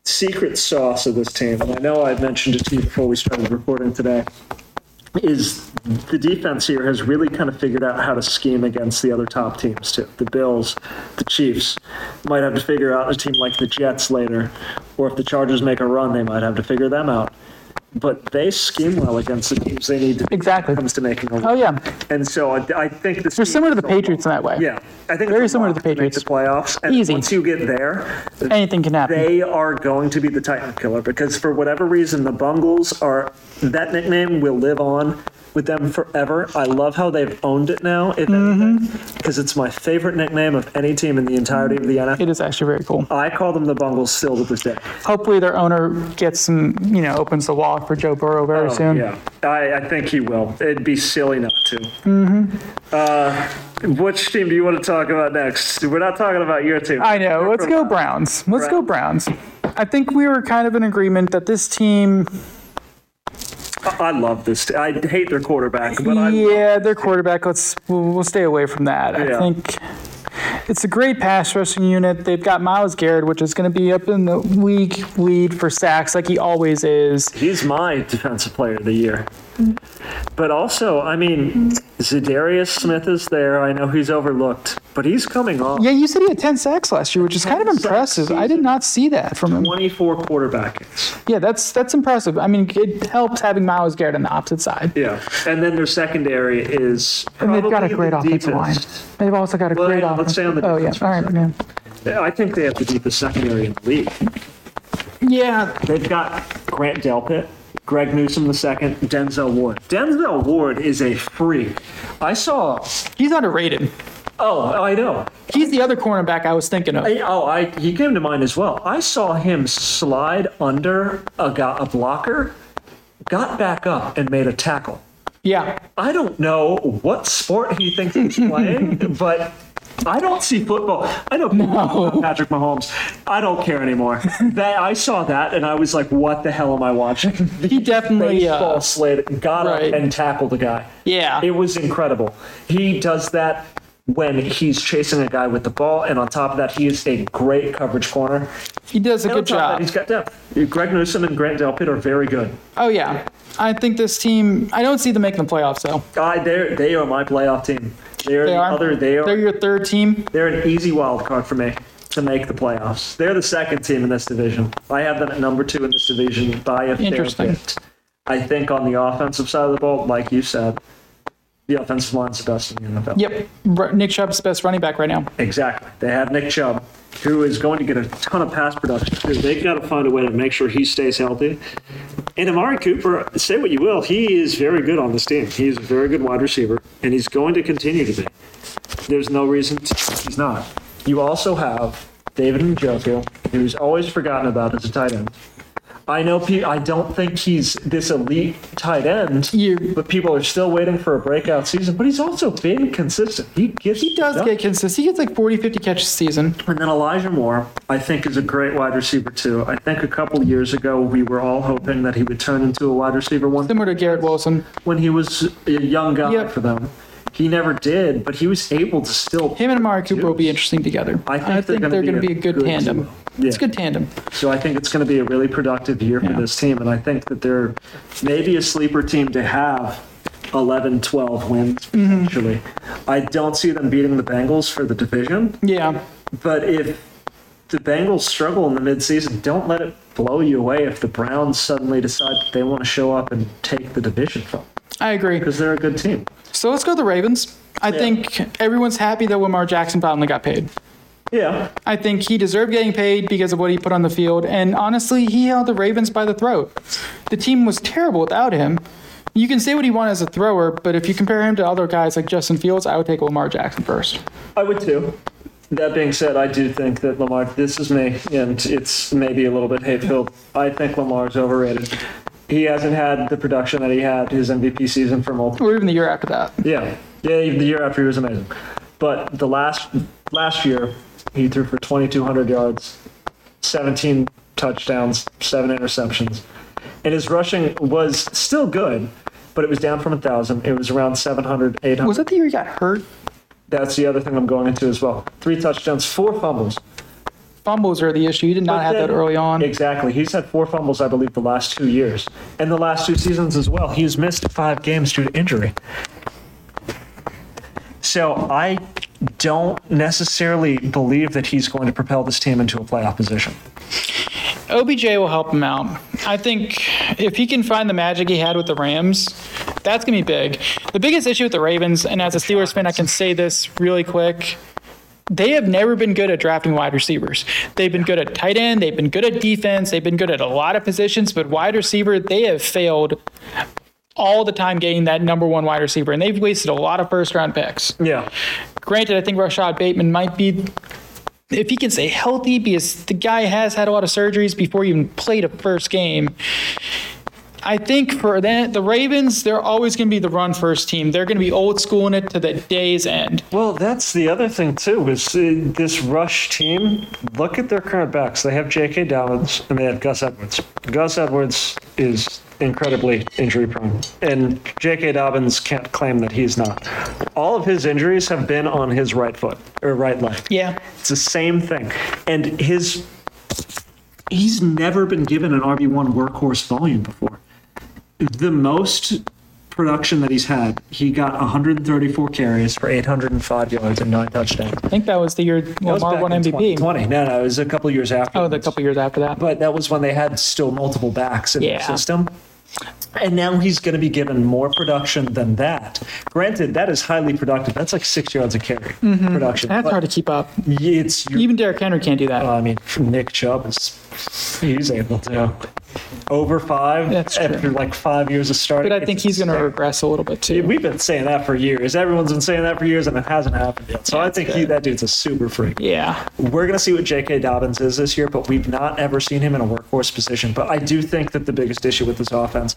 Speaker 2: secret sauce of this team, and I know I mentioned it to you before we started recording today, is the defense here has really kind of figured out how to scheme against the other top teams too. The Bills, the Chiefs might have to figure out a team like the Jets later, or if the Chargers make a run, they might have to figure them out. But they scheme well against the teams they need to beat
Speaker 1: Exactly.
Speaker 2: when it comes to making a
Speaker 1: Oh
Speaker 2: run.
Speaker 1: yeah,
Speaker 2: And so I, I think this
Speaker 1: they're similar to the Patriots in that way.
Speaker 2: Yeah, I think
Speaker 1: Very
Speaker 2: it's a
Speaker 1: similar to
Speaker 2: lock
Speaker 1: the
Speaker 2: make
Speaker 1: Patriots.
Speaker 2: the playoffs. And
Speaker 1: Easy.
Speaker 2: Once you get there,
Speaker 1: anything can happen.
Speaker 2: they are going to be the Titan killer because for whatever reason the Bungles are that nickname will live on with them forever. I love how they've owned it now, if
Speaker 1: Mm-hmm.
Speaker 2: anything, because it's my favorite nickname of any team in the entirety of the NFL.
Speaker 1: It is actually very cool.
Speaker 2: I call them the Bungles still to this day.
Speaker 1: Hopefully, their owner gets some, you know, opens the wall for Joe Burrow very soon.
Speaker 2: Oh, Yeah, I, I think he will. It'd be silly not to.
Speaker 1: Mm-hmm.
Speaker 2: Uh, which team do you want to talk about next? We're not talking about your team.
Speaker 1: I know. Let's go Browns. Let's go Browns. I think we were kind of in agreement that this team,
Speaker 2: I love this. I hate their quarterback, but I
Speaker 1: yeah, their quarterback. Let's we'll, we'll stay away from that. I
Speaker 2: Yeah.
Speaker 1: think it's a great pass rushing unit. They've got Miles Garrett, which is going to be up in the league lead for sacks, like he always is.
Speaker 2: He's my defensive player of the year. But also, I mean, Zadarius Smith is there. I know he's overlooked, but he's coming off
Speaker 1: Yeah, you said he had 10 sacks last year, which is kind of
Speaker 2: 10 sacks.
Speaker 1: impressive. I did not see that from him.
Speaker 2: 24 quarterback hits.
Speaker 1: Yeah, that's that's impressive. I mean, it helps having Miles Garrett on the opposite side.
Speaker 2: Yeah. And then their secondary is.
Speaker 1: And they've got a great
Speaker 2: the
Speaker 1: offensive line.
Speaker 2: deepest.
Speaker 1: They've also got a
Speaker 2: Well,
Speaker 1: great
Speaker 2: yeah, let's
Speaker 1: offensive.
Speaker 2: stay on the
Speaker 1: oh yeah,
Speaker 2: defense for
Speaker 1: all
Speaker 2: a
Speaker 1: right, man.
Speaker 2: I think they have the deepest secondary in the league.
Speaker 1: Yeah,
Speaker 2: They've got Grant Delpit, Greg Newsom the second, Denzel Ward. Denzel Ward is a freak. I saw.
Speaker 1: he's underrated.
Speaker 2: Oh, I know.
Speaker 1: He's the other cornerback I was thinking of.
Speaker 2: Hey, Oh, I he came to mind as well. I saw him slide under a, go- a blocker, got back up and made a tackle.
Speaker 1: Yeah,
Speaker 2: I don't know what sport he thinks he's playing, but I don't see football. I know people talk about Patrick Mahomes. I don't care anymore. that I saw that and I was like, "What the hell am I watching?"
Speaker 1: he definitely.
Speaker 2: Baseball
Speaker 1: Uh,
Speaker 2: slid, got
Speaker 1: Right.
Speaker 2: up and tackled the guy.
Speaker 1: yeah,
Speaker 2: It was incredible. He does that when he's chasing a guy with the ball, and on top of that, he is a great coverage corner.
Speaker 1: he does a
Speaker 2: And on
Speaker 1: good
Speaker 2: top of that,
Speaker 1: job.
Speaker 2: He's got depth. Greg Newsom and Grant Delpit are very good.
Speaker 1: Oh yeah, I think this team. I don't see them making the playoffs though.
Speaker 2: I, they're, they are my playoff team. They are
Speaker 1: They
Speaker 2: the
Speaker 1: are.
Speaker 2: other. They are.
Speaker 1: They're
Speaker 2: They're,
Speaker 1: your third team.
Speaker 2: an easy wild card for me to make the playoffs. They're the second team in this division. I have them at number two in this division by a fair
Speaker 1: Interesting.
Speaker 2: bit. I think on the offensive side of the ball, like you said, the offensive line's the best in the NFL.
Speaker 1: Yep, R- Nick Chubb's the best running back right now.
Speaker 2: Exactly. They have Nick Chubb, who is going to get a ton of pass production. too. They've got to find a way to make sure he stays healthy. And Amari Cooper, say what you will, he is very good on this team. He is a very good wide receiver, and he's going to continue to be. There's no reason to, he's not. You also have David Njoku, who's always forgotten about as a tight end. I know. Pe- I don't think he's this elite tight end,
Speaker 1: You-
Speaker 2: but people are still waiting for a breakout season. But he's also been consistent. He gets.
Speaker 1: He does get consistent. He gets like 40, 50 catches a season.
Speaker 2: And then Elijah Moore, I think, is a great wide receiver too. I think a couple years ago we were all hoping that he would turn into a wide receiver one
Speaker 1: Similar to Garrett Wilson.
Speaker 2: when he was a young guy
Speaker 1: Yep.
Speaker 2: for them. He never did, but he was able to still.
Speaker 1: Him and Amari Cooper will be interesting together.
Speaker 2: I think they're gonna
Speaker 1: they're
Speaker 2: be
Speaker 1: going to
Speaker 2: a
Speaker 1: be a good,
Speaker 2: good
Speaker 1: tandem.
Speaker 2: duo. Yeah.
Speaker 1: It's a good tandem.
Speaker 2: So I think it's going to be a really productive year for
Speaker 1: Yeah.
Speaker 2: this team, and I think that they're maybe a sleeper team to have 11, 12 wins, potentially. I don't see them beating the Bengals for the division,
Speaker 1: Yeah.
Speaker 2: but if the Bengals struggle in the midseason, don't let it blow you away if the Browns suddenly decide that they want to show up and take the division from
Speaker 1: I agree.
Speaker 2: because they're a good team.
Speaker 1: So let's go to the Ravens. I think everyone's happy that Lamar Jackson finally got paid.
Speaker 2: Yeah,
Speaker 1: I think he deserved getting paid because of what he put on the field, and honestly, he held the Ravens by the throat. The team was terrible without him. You can say what you want as a thrower, but if you compare him to other guys like Justin Fields, I would take Lamar Jackson first.
Speaker 2: I would too. That being said, I do think that Lamar, this is me, and it's maybe a little bit hate filled. I think Lamar's overrated. He hasn't had the production that he had his MVP season for multiple.
Speaker 1: Or even the year after that.
Speaker 2: Yeah, yeah. The year after he was amazing, but the last last year he threw for 2,200 yards, 17 touchdowns, seven interceptions, and his rushing was still good, but it was down from a thousand. It was around 700, 800.
Speaker 1: Was that the year he got hurt?
Speaker 2: That's the other thing I'm going into as well. Three touchdowns, four fumbles.
Speaker 1: Fumbles are the issue. He did not
Speaker 2: But
Speaker 1: have
Speaker 2: then-
Speaker 1: that early on.
Speaker 2: Exactly. He's had four fumbles, I believe, the last two years. And the last two seasons as well. He's missed five games due to injury. So I don't necessarily believe that he's going to propel this team into a playoff position.
Speaker 1: OBJ will help him out. I think if he can find the magic he had with the Rams, that's going to be big. The biggest issue with the Ravens, and as a Steelers fan, I can say this really quick. They have never been good at drafting wide receivers. They've been good at tight end, they've been good at defense, they've been good at a lot of positions, but wide receiver, they have failed all the time getting that number one wide receiver, and they've wasted a lot of first round picks.
Speaker 2: Yeah.
Speaker 1: Granted, I think Rashad Bateman might be, if he can stay healthy, because the guy has had a lot of surgeries before he even played a first game. I think for the, the Ravens, they're always going to be the run first team. They're going to be old school in it to the day's end.
Speaker 2: Well, that's the other thing, too, is uh, this rush team. Look at their current backs. They have J.K. Downs and they have Gus Edwards. Gus Edwards is incredibly injury prone, and J.K. Dobbins can't claim that he's not. All of his injuries have been on his right foot or right leg.
Speaker 1: Yeah.
Speaker 2: It's the same thing. And his. He's never been given an RB1 workhorse volume before. The most production that he's had, he got 134 carries for 805 yards and nine touchdowns.
Speaker 1: I think that was the year
Speaker 2: That was
Speaker 1: Lamar
Speaker 2: back
Speaker 1: won
Speaker 2: in
Speaker 1: MVP.
Speaker 2: 2020. No, no, it was a couple years after.
Speaker 1: Oh, the couple years after that.
Speaker 2: But that was when they had still multiple backs in the
Speaker 1: Yeah.
Speaker 2: system. And now he's going to be given more production than that. Granted, that is highly productive. That's like six yards a carry production.
Speaker 1: Mm-hmm. That's
Speaker 2: But
Speaker 1: hard to keep up.
Speaker 2: It's your
Speaker 1: Even Derrick Henry can't do that.
Speaker 2: I mean, Nick Chubb is he's able to over five
Speaker 1: That's true.
Speaker 2: after like five years of starting.
Speaker 1: but I think he's going to regress a little bit too.
Speaker 2: We've been saying that for years. Everyone's been saying that for years, and it hasn't happened yet. So I think he, that dude's a super freak.
Speaker 1: Yeah.
Speaker 2: We're gonna see what J.K. Dobbins is this year, but we've not ever seen him in a workhorse position. But I do think that the biggest issue with this offense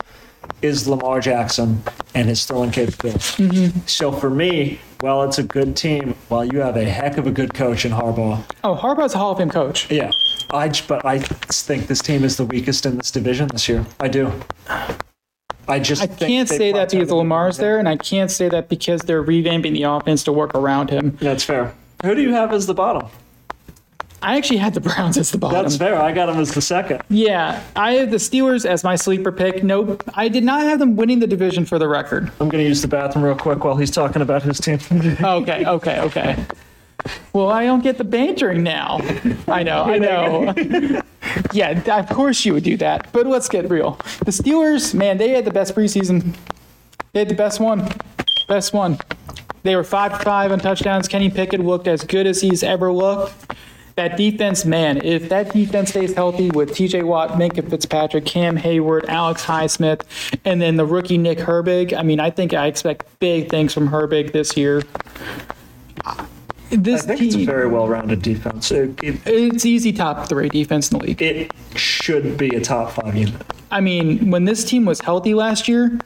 Speaker 2: is Lamar Jackson and his throwing capability.
Speaker 1: Mm-hmm.
Speaker 2: So for me, while it's a good team, while you have a heck of a good coach in Harbaugh,
Speaker 1: Oh, Harbaugh's a Hall of Fame coach.
Speaker 2: yeah, I j- but I think this team is the weakest in this division this year. I do. I just
Speaker 1: I
Speaker 2: think
Speaker 1: can't
Speaker 2: they
Speaker 1: say that
Speaker 2: plateaued
Speaker 1: because
Speaker 2: a little
Speaker 1: Lamar's
Speaker 2: bit.
Speaker 1: there, and I can't say that because they're revamping the offense to work around him.
Speaker 2: That's fair. Who do you have as the bottom?
Speaker 1: I actually had the Browns as the bottom.
Speaker 2: That's fair. I got him as the second.
Speaker 1: yeah, I have the Steelers as my sleeper pick. Nope, I did not have them winning the division for the record.
Speaker 2: I'm gonna use the bathroom real quick while he's talking about his team.
Speaker 1: Okay, okay, okay. Well, I don't get the bantering now. I know, I know. Yeah, of course you would do that. But let's get real. The Steelers, man, they had the best preseason. They had the best one. Best one. They were 5 5 on touchdowns. Kenny Pickett looked as good as he's ever looked. That defense, man, if that defense stays healthy with TJ Watt, Minka Fitzpatrick, Cam Hayward, Alex Highsmith, and then the rookie Nick Herbig, I mean, I think I expect big things from Herbig this year. This
Speaker 2: I think
Speaker 1: team,
Speaker 2: it's a very well-rounded defense. It, it,
Speaker 1: it's easy top three defense in the league.
Speaker 2: it should be a top five unit.
Speaker 1: I mean, when this team was healthy last year,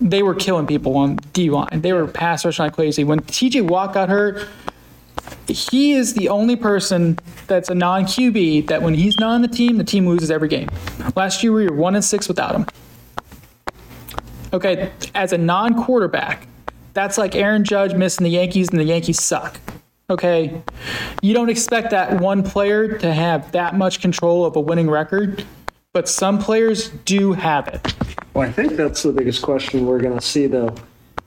Speaker 1: they were killing people on D line. They were pass rushing like crazy. When TJ Watt got hurt, he is the only person that's a non QB that when he's not on the team, the team loses every game. Last year we were one and six without him. Okay, as a non quarterback, that's like Aaron Judge missing the Yankees and the Yankees suck. Okay. You don't expect that one player to have that much control of a winning record, but some players do have it.
Speaker 2: Well, I think that's the biggest question we're going to see, though,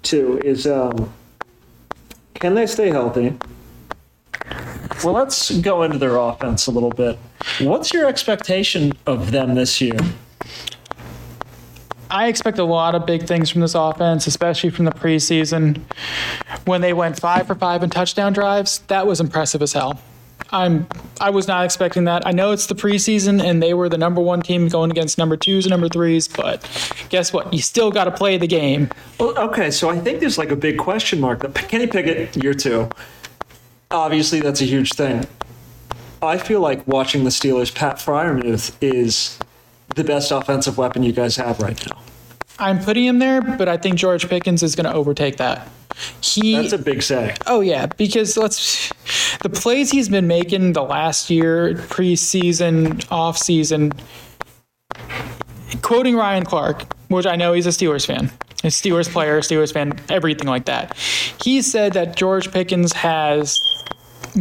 Speaker 2: too, is um, can they stay healthy? Well, let's go into their offense a little bit. What's your expectation of them this year?
Speaker 1: I expect a lot of big things from this offense, especially from the preseason. When they went five for five in touchdown drives, that was impressive as hell. I'm I was not expecting that. I know it's the preseason and they were the number one team going against number twos and number threes, but guess what? You still got to play the game.
Speaker 2: Well, okay, so I think there's like a big question mark. that- Kenny Pickett, year two. Obviously, that's a huge thing. I feel like watching the Steelers, Pat Fryermuth is the best offensive weapon you guys have right now.
Speaker 1: I'm putting him there, but I think George Pickens is going to overtake that. He
Speaker 2: That's a big say.
Speaker 1: Oh yeah, because let's the plays he's been making the last year, preseason, off season. Quoting Ryan Clark, which I know he's a Steelers fan, a Steelers player, Steelers fan, everything like that. He said that George Pickens has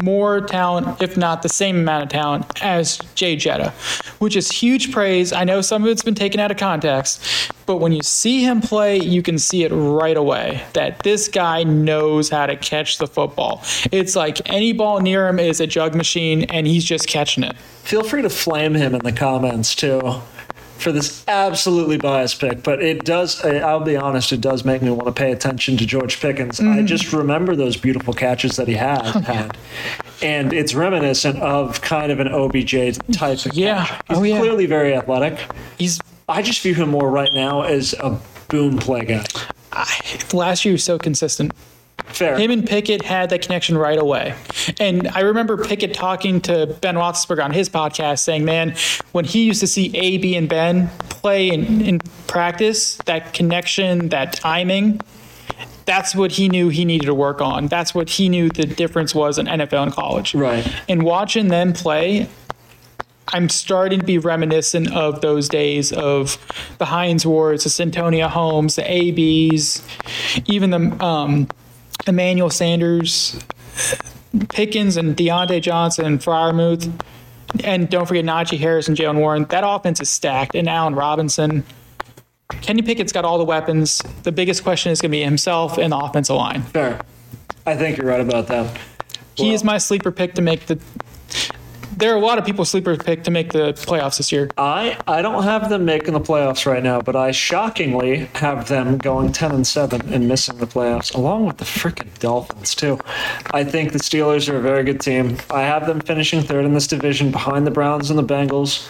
Speaker 1: more talent, if not the same amount of talent, as Jay Jetta, which is huge praise. I know some of it's been taken out of context, but when you see him play, you can see it right away that this guy knows how to catch the football. It's like any ball near him is a jug machine, and he's just catching it.
Speaker 2: Feel free to flame him in the comments too for this absolutely biased pick, but it does, I- I'll be honest, it does make me want to pay attention to George Pickens.
Speaker 1: Mm-hmm.
Speaker 2: I just remember those beautiful catches that he had.
Speaker 1: Oh,
Speaker 2: had. And it's reminiscent of kind of an OBJ type of
Speaker 1: Yeah.
Speaker 2: catch. He's
Speaker 1: Oh, yeah.
Speaker 2: clearly very athletic.
Speaker 1: He's
Speaker 2: I just view him more right now as a boom play guy.
Speaker 1: last year he was so consistent.
Speaker 2: Fair.
Speaker 1: Him and Pickett had that connection right away. And I remember Pickett talking to Ben Roethlisberger on his podcast saying, man, when he used to see AB and Ben play in, in practice, that connection, that timing, that's what he knew he needed to work on. That's what he knew the difference was in NFL and college.
Speaker 2: Right.
Speaker 1: And watching them play, I'm starting to be reminiscent of those days of the Heinz Wars, the Centonia Holmes, the ABs, even the um, Emmanuel Sanders, Pickens, and Deontay Johnson and Fryermuth. And don't forget Najee Harris and Jalen Warren. That offense is stacked. And Allen Robinson. Kenny Pickett's got all the weapons. The biggest question is going to be himself and the offensive line.
Speaker 2: Fair. I think you're right about that.
Speaker 1: He is my sleeper pick to make the. There are a lot of people sleeper pick to make the playoffs this year.
Speaker 2: I, I don't have them making the playoffs right now, but I shockingly have them going 10 and 7 and missing the playoffs, along with the freaking Dolphins, too. I think the Steelers are a very good team. I have them finishing third in this division behind the Browns and the Bengals,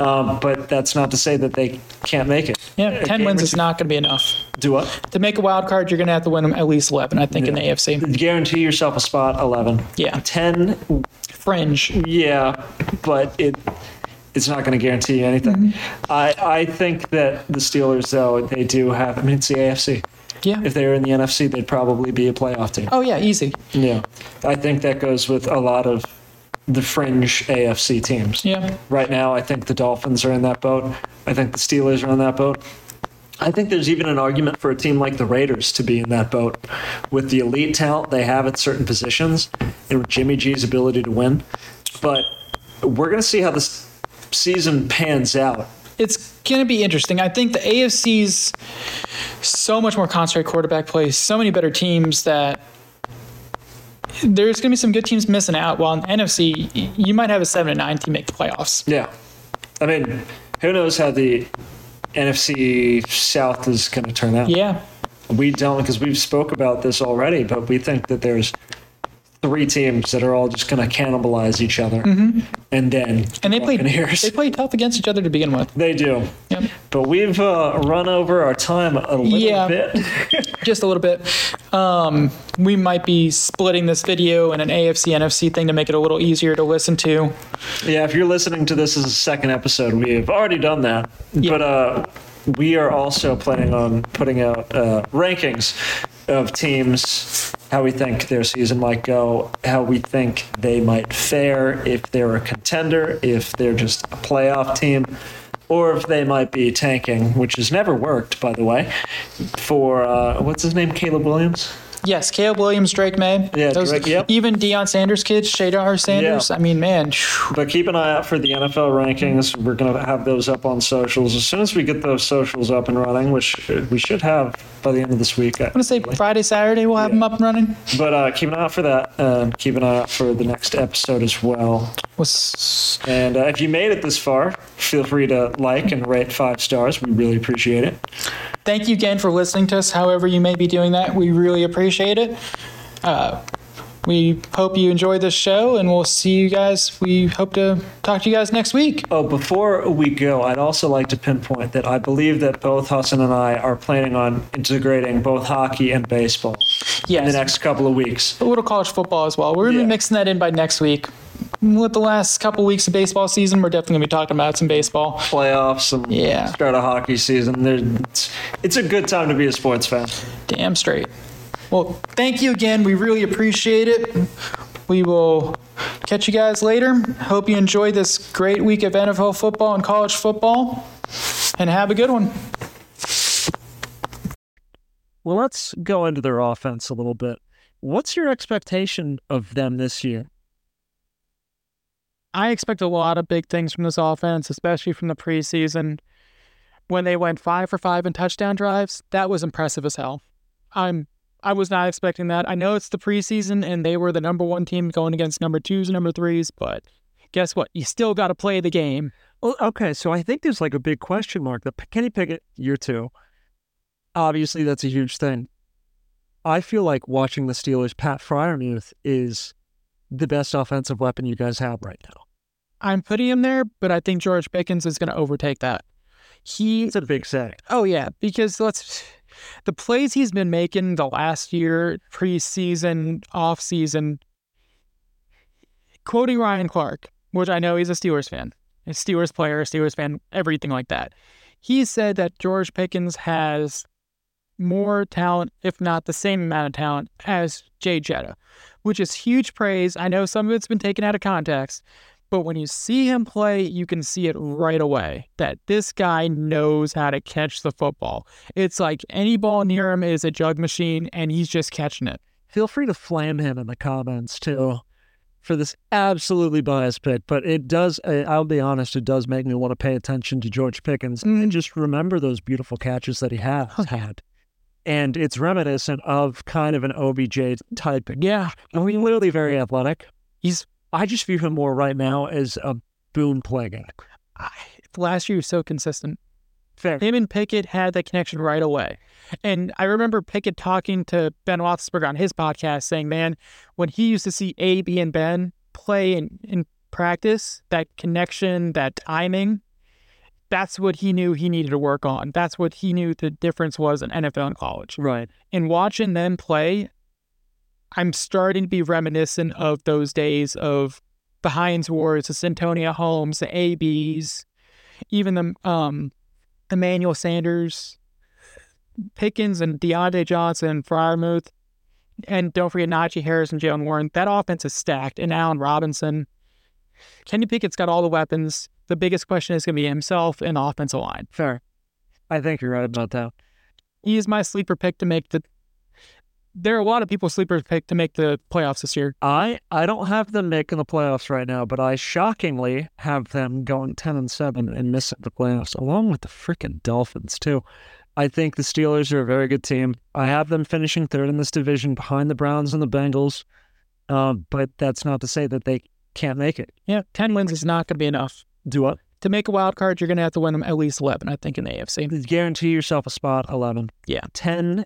Speaker 2: um, but that's not to say that they can't make it.
Speaker 1: Yeah,
Speaker 2: A
Speaker 1: ten
Speaker 2: game
Speaker 1: wins
Speaker 2: or
Speaker 1: is
Speaker 2: two-
Speaker 1: not going to be enough
Speaker 2: Do what?
Speaker 1: to make a wild card. You're going to have to win at least eleven, I think, in the AFC.
Speaker 2: Guarantee yourself a spot 11.
Speaker 1: Yeah.
Speaker 2: 10
Speaker 1: Fringe.
Speaker 2: Yeah, but it it's not going to guarantee you anything. I I think that the Steelers though they do have. I mean, it's the AFC.
Speaker 1: Yeah.
Speaker 2: If they were in the NFC, they'd probably be a playoff team.
Speaker 1: Oh yeah, easy.
Speaker 2: Yeah, I think that goes with a lot of the fringe AFC teams.
Speaker 1: Yeah.
Speaker 2: Right now, I think the Dolphins are in that boat. I think the Steelers are in that boat. I think there's even an argument for a team like the Raiders to be in that boat with the elite talent they have at certain positions and with Jimmy G's ability to win. But we're going to see how this season pans out.
Speaker 1: it's going to be interesting. I think the AFC's so much more concentrated quarterback play, so many better teams that there's going to be some good teams missing out. While in the NFC, y- you might have a seven and nine team make the playoffs.
Speaker 2: Yeah. I mean, who knows how the NFC South is going to turn out?
Speaker 1: Yeah,
Speaker 2: we don't because we've spoke about this already but we think that there's three teams that are all just going to cannibalize each other and then
Speaker 1: Mm-hmm. and they play
Speaker 2: Buccaneers.
Speaker 1: they play tough against each other to begin with.
Speaker 2: they do
Speaker 1: Yep.
Speaker 2: but we've uh, run over our time a little
Speaker 1: Yeah.
Speaker 2: bit
Speaker 1: just a little bit. Um, we might be splitting this video in an AFC NFC thing to make it a little easier to listen to.
Speaker 2: yeah if you're listening to this as a second episode we have already done that but uh, we are also planning on putting out uh, rankings of teams how we think their season might go how we think they might fare if they're a contender if they're just a playoff team or if they might be tanking, which has never worked, by the way, for uh, what's his name, Caleb Williams?
Speaker 1: Yes, Caleb Williams, Drake May.
Speaker 3: Yeah, Drake, yep.
Speaker 1: Even Deion Sanders' kids, Shadar Sanders.
Speaker 3: Yeah.
Speaker 1: I mean, man, phew.
Speaker 3: But keep an eye out for the NFL rankings. We're going to have those up on socials. As soon as we get those socials up and running, which we should have by the end of this week.
Speaker 1: I'm gonna say Friday, Saturday we'll have them up and running.
Speaker 3: But uh, keep an eye out for that. Um, keep an eye out for the next episode as well.
Speaker 1: Was
Speaker 3: And uh, if you made it this far, feel free to like and rate five stars. We really appreciate it.
Speaker 1: thank you again for listening to us. However, you may be doing that, we really appreciate it. Uh, we hope you enjoyed this show, and we'll see you guys. We hope to talk to you guys next week.
Speaker 3: Oh, before we go, I'd also like to pinpoint that I believe that both Hassan and I are planning on integrating both hockey and baseball in the
Speaker 1: Yes,
Speaker 3: next couple of weeks.
Speaker 1: a little college football as well. We're gonna
Speaker 3: Yeah.
Speaker 1: be mixing that in by next week. With the last couple weeks of baseball season, we're definitely gonna be talking about some baseball.
Speaker 3: Playoffs and
Speaker 1: Yeah.
Speaker 3: start of hockey season. There, it's, it's a good time to be a sports fan.
Speaker 1: Damn straight. Well, thank you again. We really appreciate it. We will catch you guys later. Hope you enjoyed this great week of NFL football and college football. And have a good one.
Speaker 3: Well, let's go into their offense a little bit. What's your expectation of them this year?
Speaker 1: I expect a lot of big things from this offense, especially from the preseason. When they went five for five in touchdown drives, that was impressive as hell. I'm I was not expecting that. I know it's the preseason and they were the number one team going against number twos and number threes, but guess what? You still gotta play the game.
Speaker 2: Well, okay, so I think there's like a big question mark. The P- Kenny Pickett year two, obviously that's a huge thing. I feel like watching the Steelers, Pat Fryermuth is the best offensive weapon you guys have right now.
Speaker 1: I'm putting him there, but I think George Pickens is gonna overtake that. He
Speaker 2: It's a big say.
Speaker 1: Oh yeah, because let's the plays he's been making the last year, preseason, off season. Quoting Ryan Clark, which I know he's a Steelers fan, a Steelers player, a Steelers fan, everything like that. He said that George Pickens has more talent, if not the same amount of talent, as Jay Jetta, which is huge praise. I know some of it's been taken out of context, but when you see him play, you can see it right away that this guy knows how to catch the football. It's like any ball near him is a jug machine and he's just catching it.
Speaker 2: Feel free to flame him in the comments too for this absolutely biased pick, but it does, I- I'll be honest, it does make me want to pay attention to George Pickens and just remember those beautiful catches that he has had. And it's reminiscent of kind of an OBJ type. Yeah. I mean, literally very athletic. He's, I just view him more right now as a boon play guy.
Speaker 1: I, last year he was so consistent.
Speaker 2: Fair.
Speaker 1: Him and Pickett had that connection right away. And I remember Pickett talking to Ben Roethlisberger on his podcast saying, man, when he used to see A, B, and Ben play in, in practice, that connection, that timing, that's what he knew he needed to work on. That's what he knew the difference was in NFL and college.
Speaker 2: Right.
Speaker 1: And watching them play, I'm starting to be reminiscent of those days of the Hines Wars, the Centonia Holmes, the ABs, even the um, Emmanuel Sanders, Pickens, and Deontay Johnson, and Fryermuth. And don't forget Najee Harris and Jalen Warren. That offense is stacked. And Allen Robinson. Kenny Pickett's got all the weapons. The biggest question is going to be himself and the offensive line.
Speaker 2: Fair. I think you're right about that.
Speaker 1: he is my sleeper pick to make the. There are a lot of people sleeper pick to make the playoffs this year.
Speaker 2: I I don't have them making the playoffs right now, but I shockingly have them going ten and seven and missing the playoffs, along with the freaking Dolphins too. I think the Steelers are a very good team. I have them finishing third in this division behind the Browns and the Bengals, um, but that's not to say that they can't make it.
Speaker 1: Yeah, ten wins is not going to be enough
Speaker 2: Do what?
Speaker 1: to make a wild card. You're going to have to win them at least eleven, I think, in the AFC
Speaker 2: Guarantee yourself a spot eleven.
Speaker 1: Yeah.
Speaker 2: ten.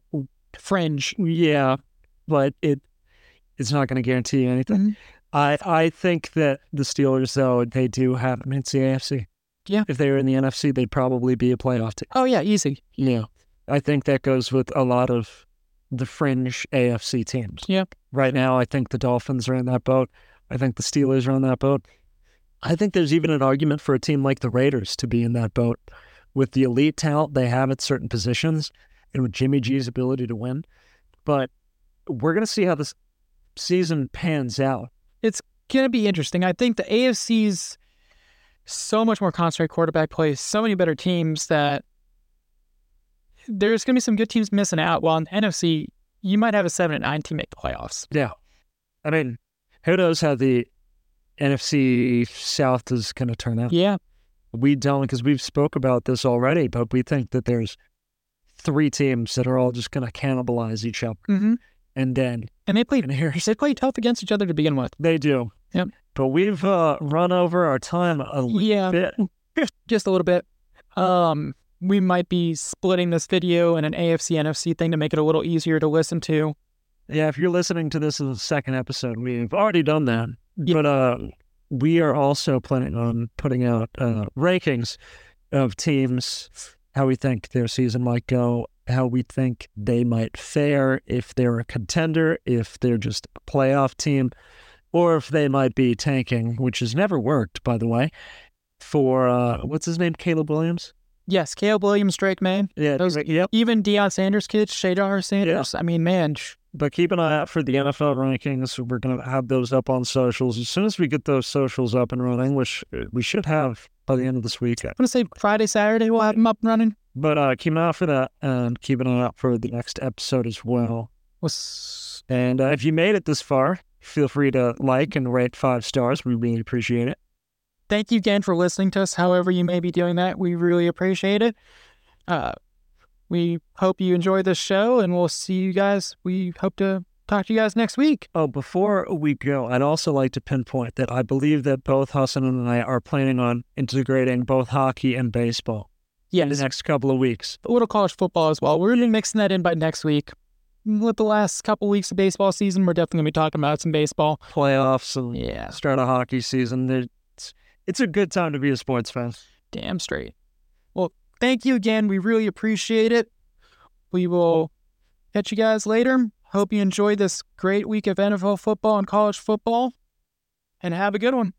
Speaker 1: fringe.
Speaker 2: Yeah, but it it's not going to guarantee you anything.
Speaker 1: Mhm.
Speaker 2: I I think that the Steelers though they do have I mean, it's the AFC.
Speaker 1: Yeah.
Speaker 2: If they were in the NFC, they'd probably be a playoff team.
Speaker 1: Oh yeah, easy.
Speaker 2: Yeah. I think that goes with a lot of the fringe AFC teams.
Speaker 1: Yeah.
Speaker 2: Right now, I think the Dolphins are in that boat. I think the Steelers are on that boat. I think there's even an argument for a team like the Raiders to be in that boat with the elite talent they have at certain positions and with Jimmy G's ability to win. But we're going to see how this season pans out.
Speaker 1: Going to be interesting. I think the AFC's so much more concentrated quarterback play, so many better teams that there's going to be some good teams missing out. While in the NFC, you might have a seven and nine team make the playoffs.
Speaker 2: Yeah. I mean, who knows how the NFC South is going to turn out?
Speaker 1: Yeah.
Speaker 2: We don't, because we've spoke about this already, but we think that there's three teams that are all just going to cannibalize each other.
Speaker 1: Mm-hmm.
Speaker 2: And then
Speaker 1: And they played
Speaker 2: and here's
Speaker 1: they played tough against each other to begin with.
Speaker 2: they do.
Speaker 1: Yep.
Speaker 2: But we've uh, run over our time a little
Speaker 1: Yeah,
Speaker 2: bit.
Speaker 1: just a little bit. Um, we might be splitting this video in an AFC NFC thing to make it a little easier to listen to.
Speaker 2: Yeah, if you're listening to this in the second episode, we've already done that.
Speaker 1: Yeah.
Speaker 2: But uh, we are also planning on putting out uh, rankings of teams, how we think their season might go, how we think they might fare, if they're a contender, if they're just a playoff team, or if they might be tanking, which has never worked, by the way. For uh, what's his name, Caleb Williams?
Speaker 1: Yes, Caleb Williams, Drake May,
Speaker 2: Yeah,
Speaker 1: Those-
Speaker 2: right, yep.
Speaker 1: even Deion Sanders' kids, Shadar Sanders. I mean, man, sh-
Speaker 2: But keep an eye out for the NFL rankings. We're going to have those up on socials. As soon as we get those socials up and running, which uh, we should have by the end of this week.
Speaker 1: I want to say Friday, Saturday, we'll have them up and running.
Speaker 2: But uh, keep an eye out for that and keep an eye out for the next episode as well.
Speaker 1: Was
Speaker 2: And uh, if you made it this far, feel free to like and rate five stars. We really appreciate it.
Speaker 1: thank you again for listening to us, however you may be doing that. We really appreciate it. Uh, we hope you enjoy this show, and we'll see you guys. We hope to talk to you guys next week.
Speaker 2: Oh, before we go, I'd also like to pinpoint that I believe that both Hassan and I are planning on integrating both hockey and baseball in the
Speaker 1: Yes,
Speaker 2: next couple of weeks.
Speaker 1: a little college football as well. We're going to be mixing that in by next week. With the last couple weeks of baseball season, we're definitely going to be talking about some baseball.
Speaker 2: Playoffs and
Speaker 1: Yeah,
Speaker 2: start a hockey season. It's, it's a good time to be a sports fan.
Speaker 1: damn straight. Well, thank you again. We really appreciate it. We will catch you guys later. Hope you enjoyed this great week of NFL football and college football, and have a good one.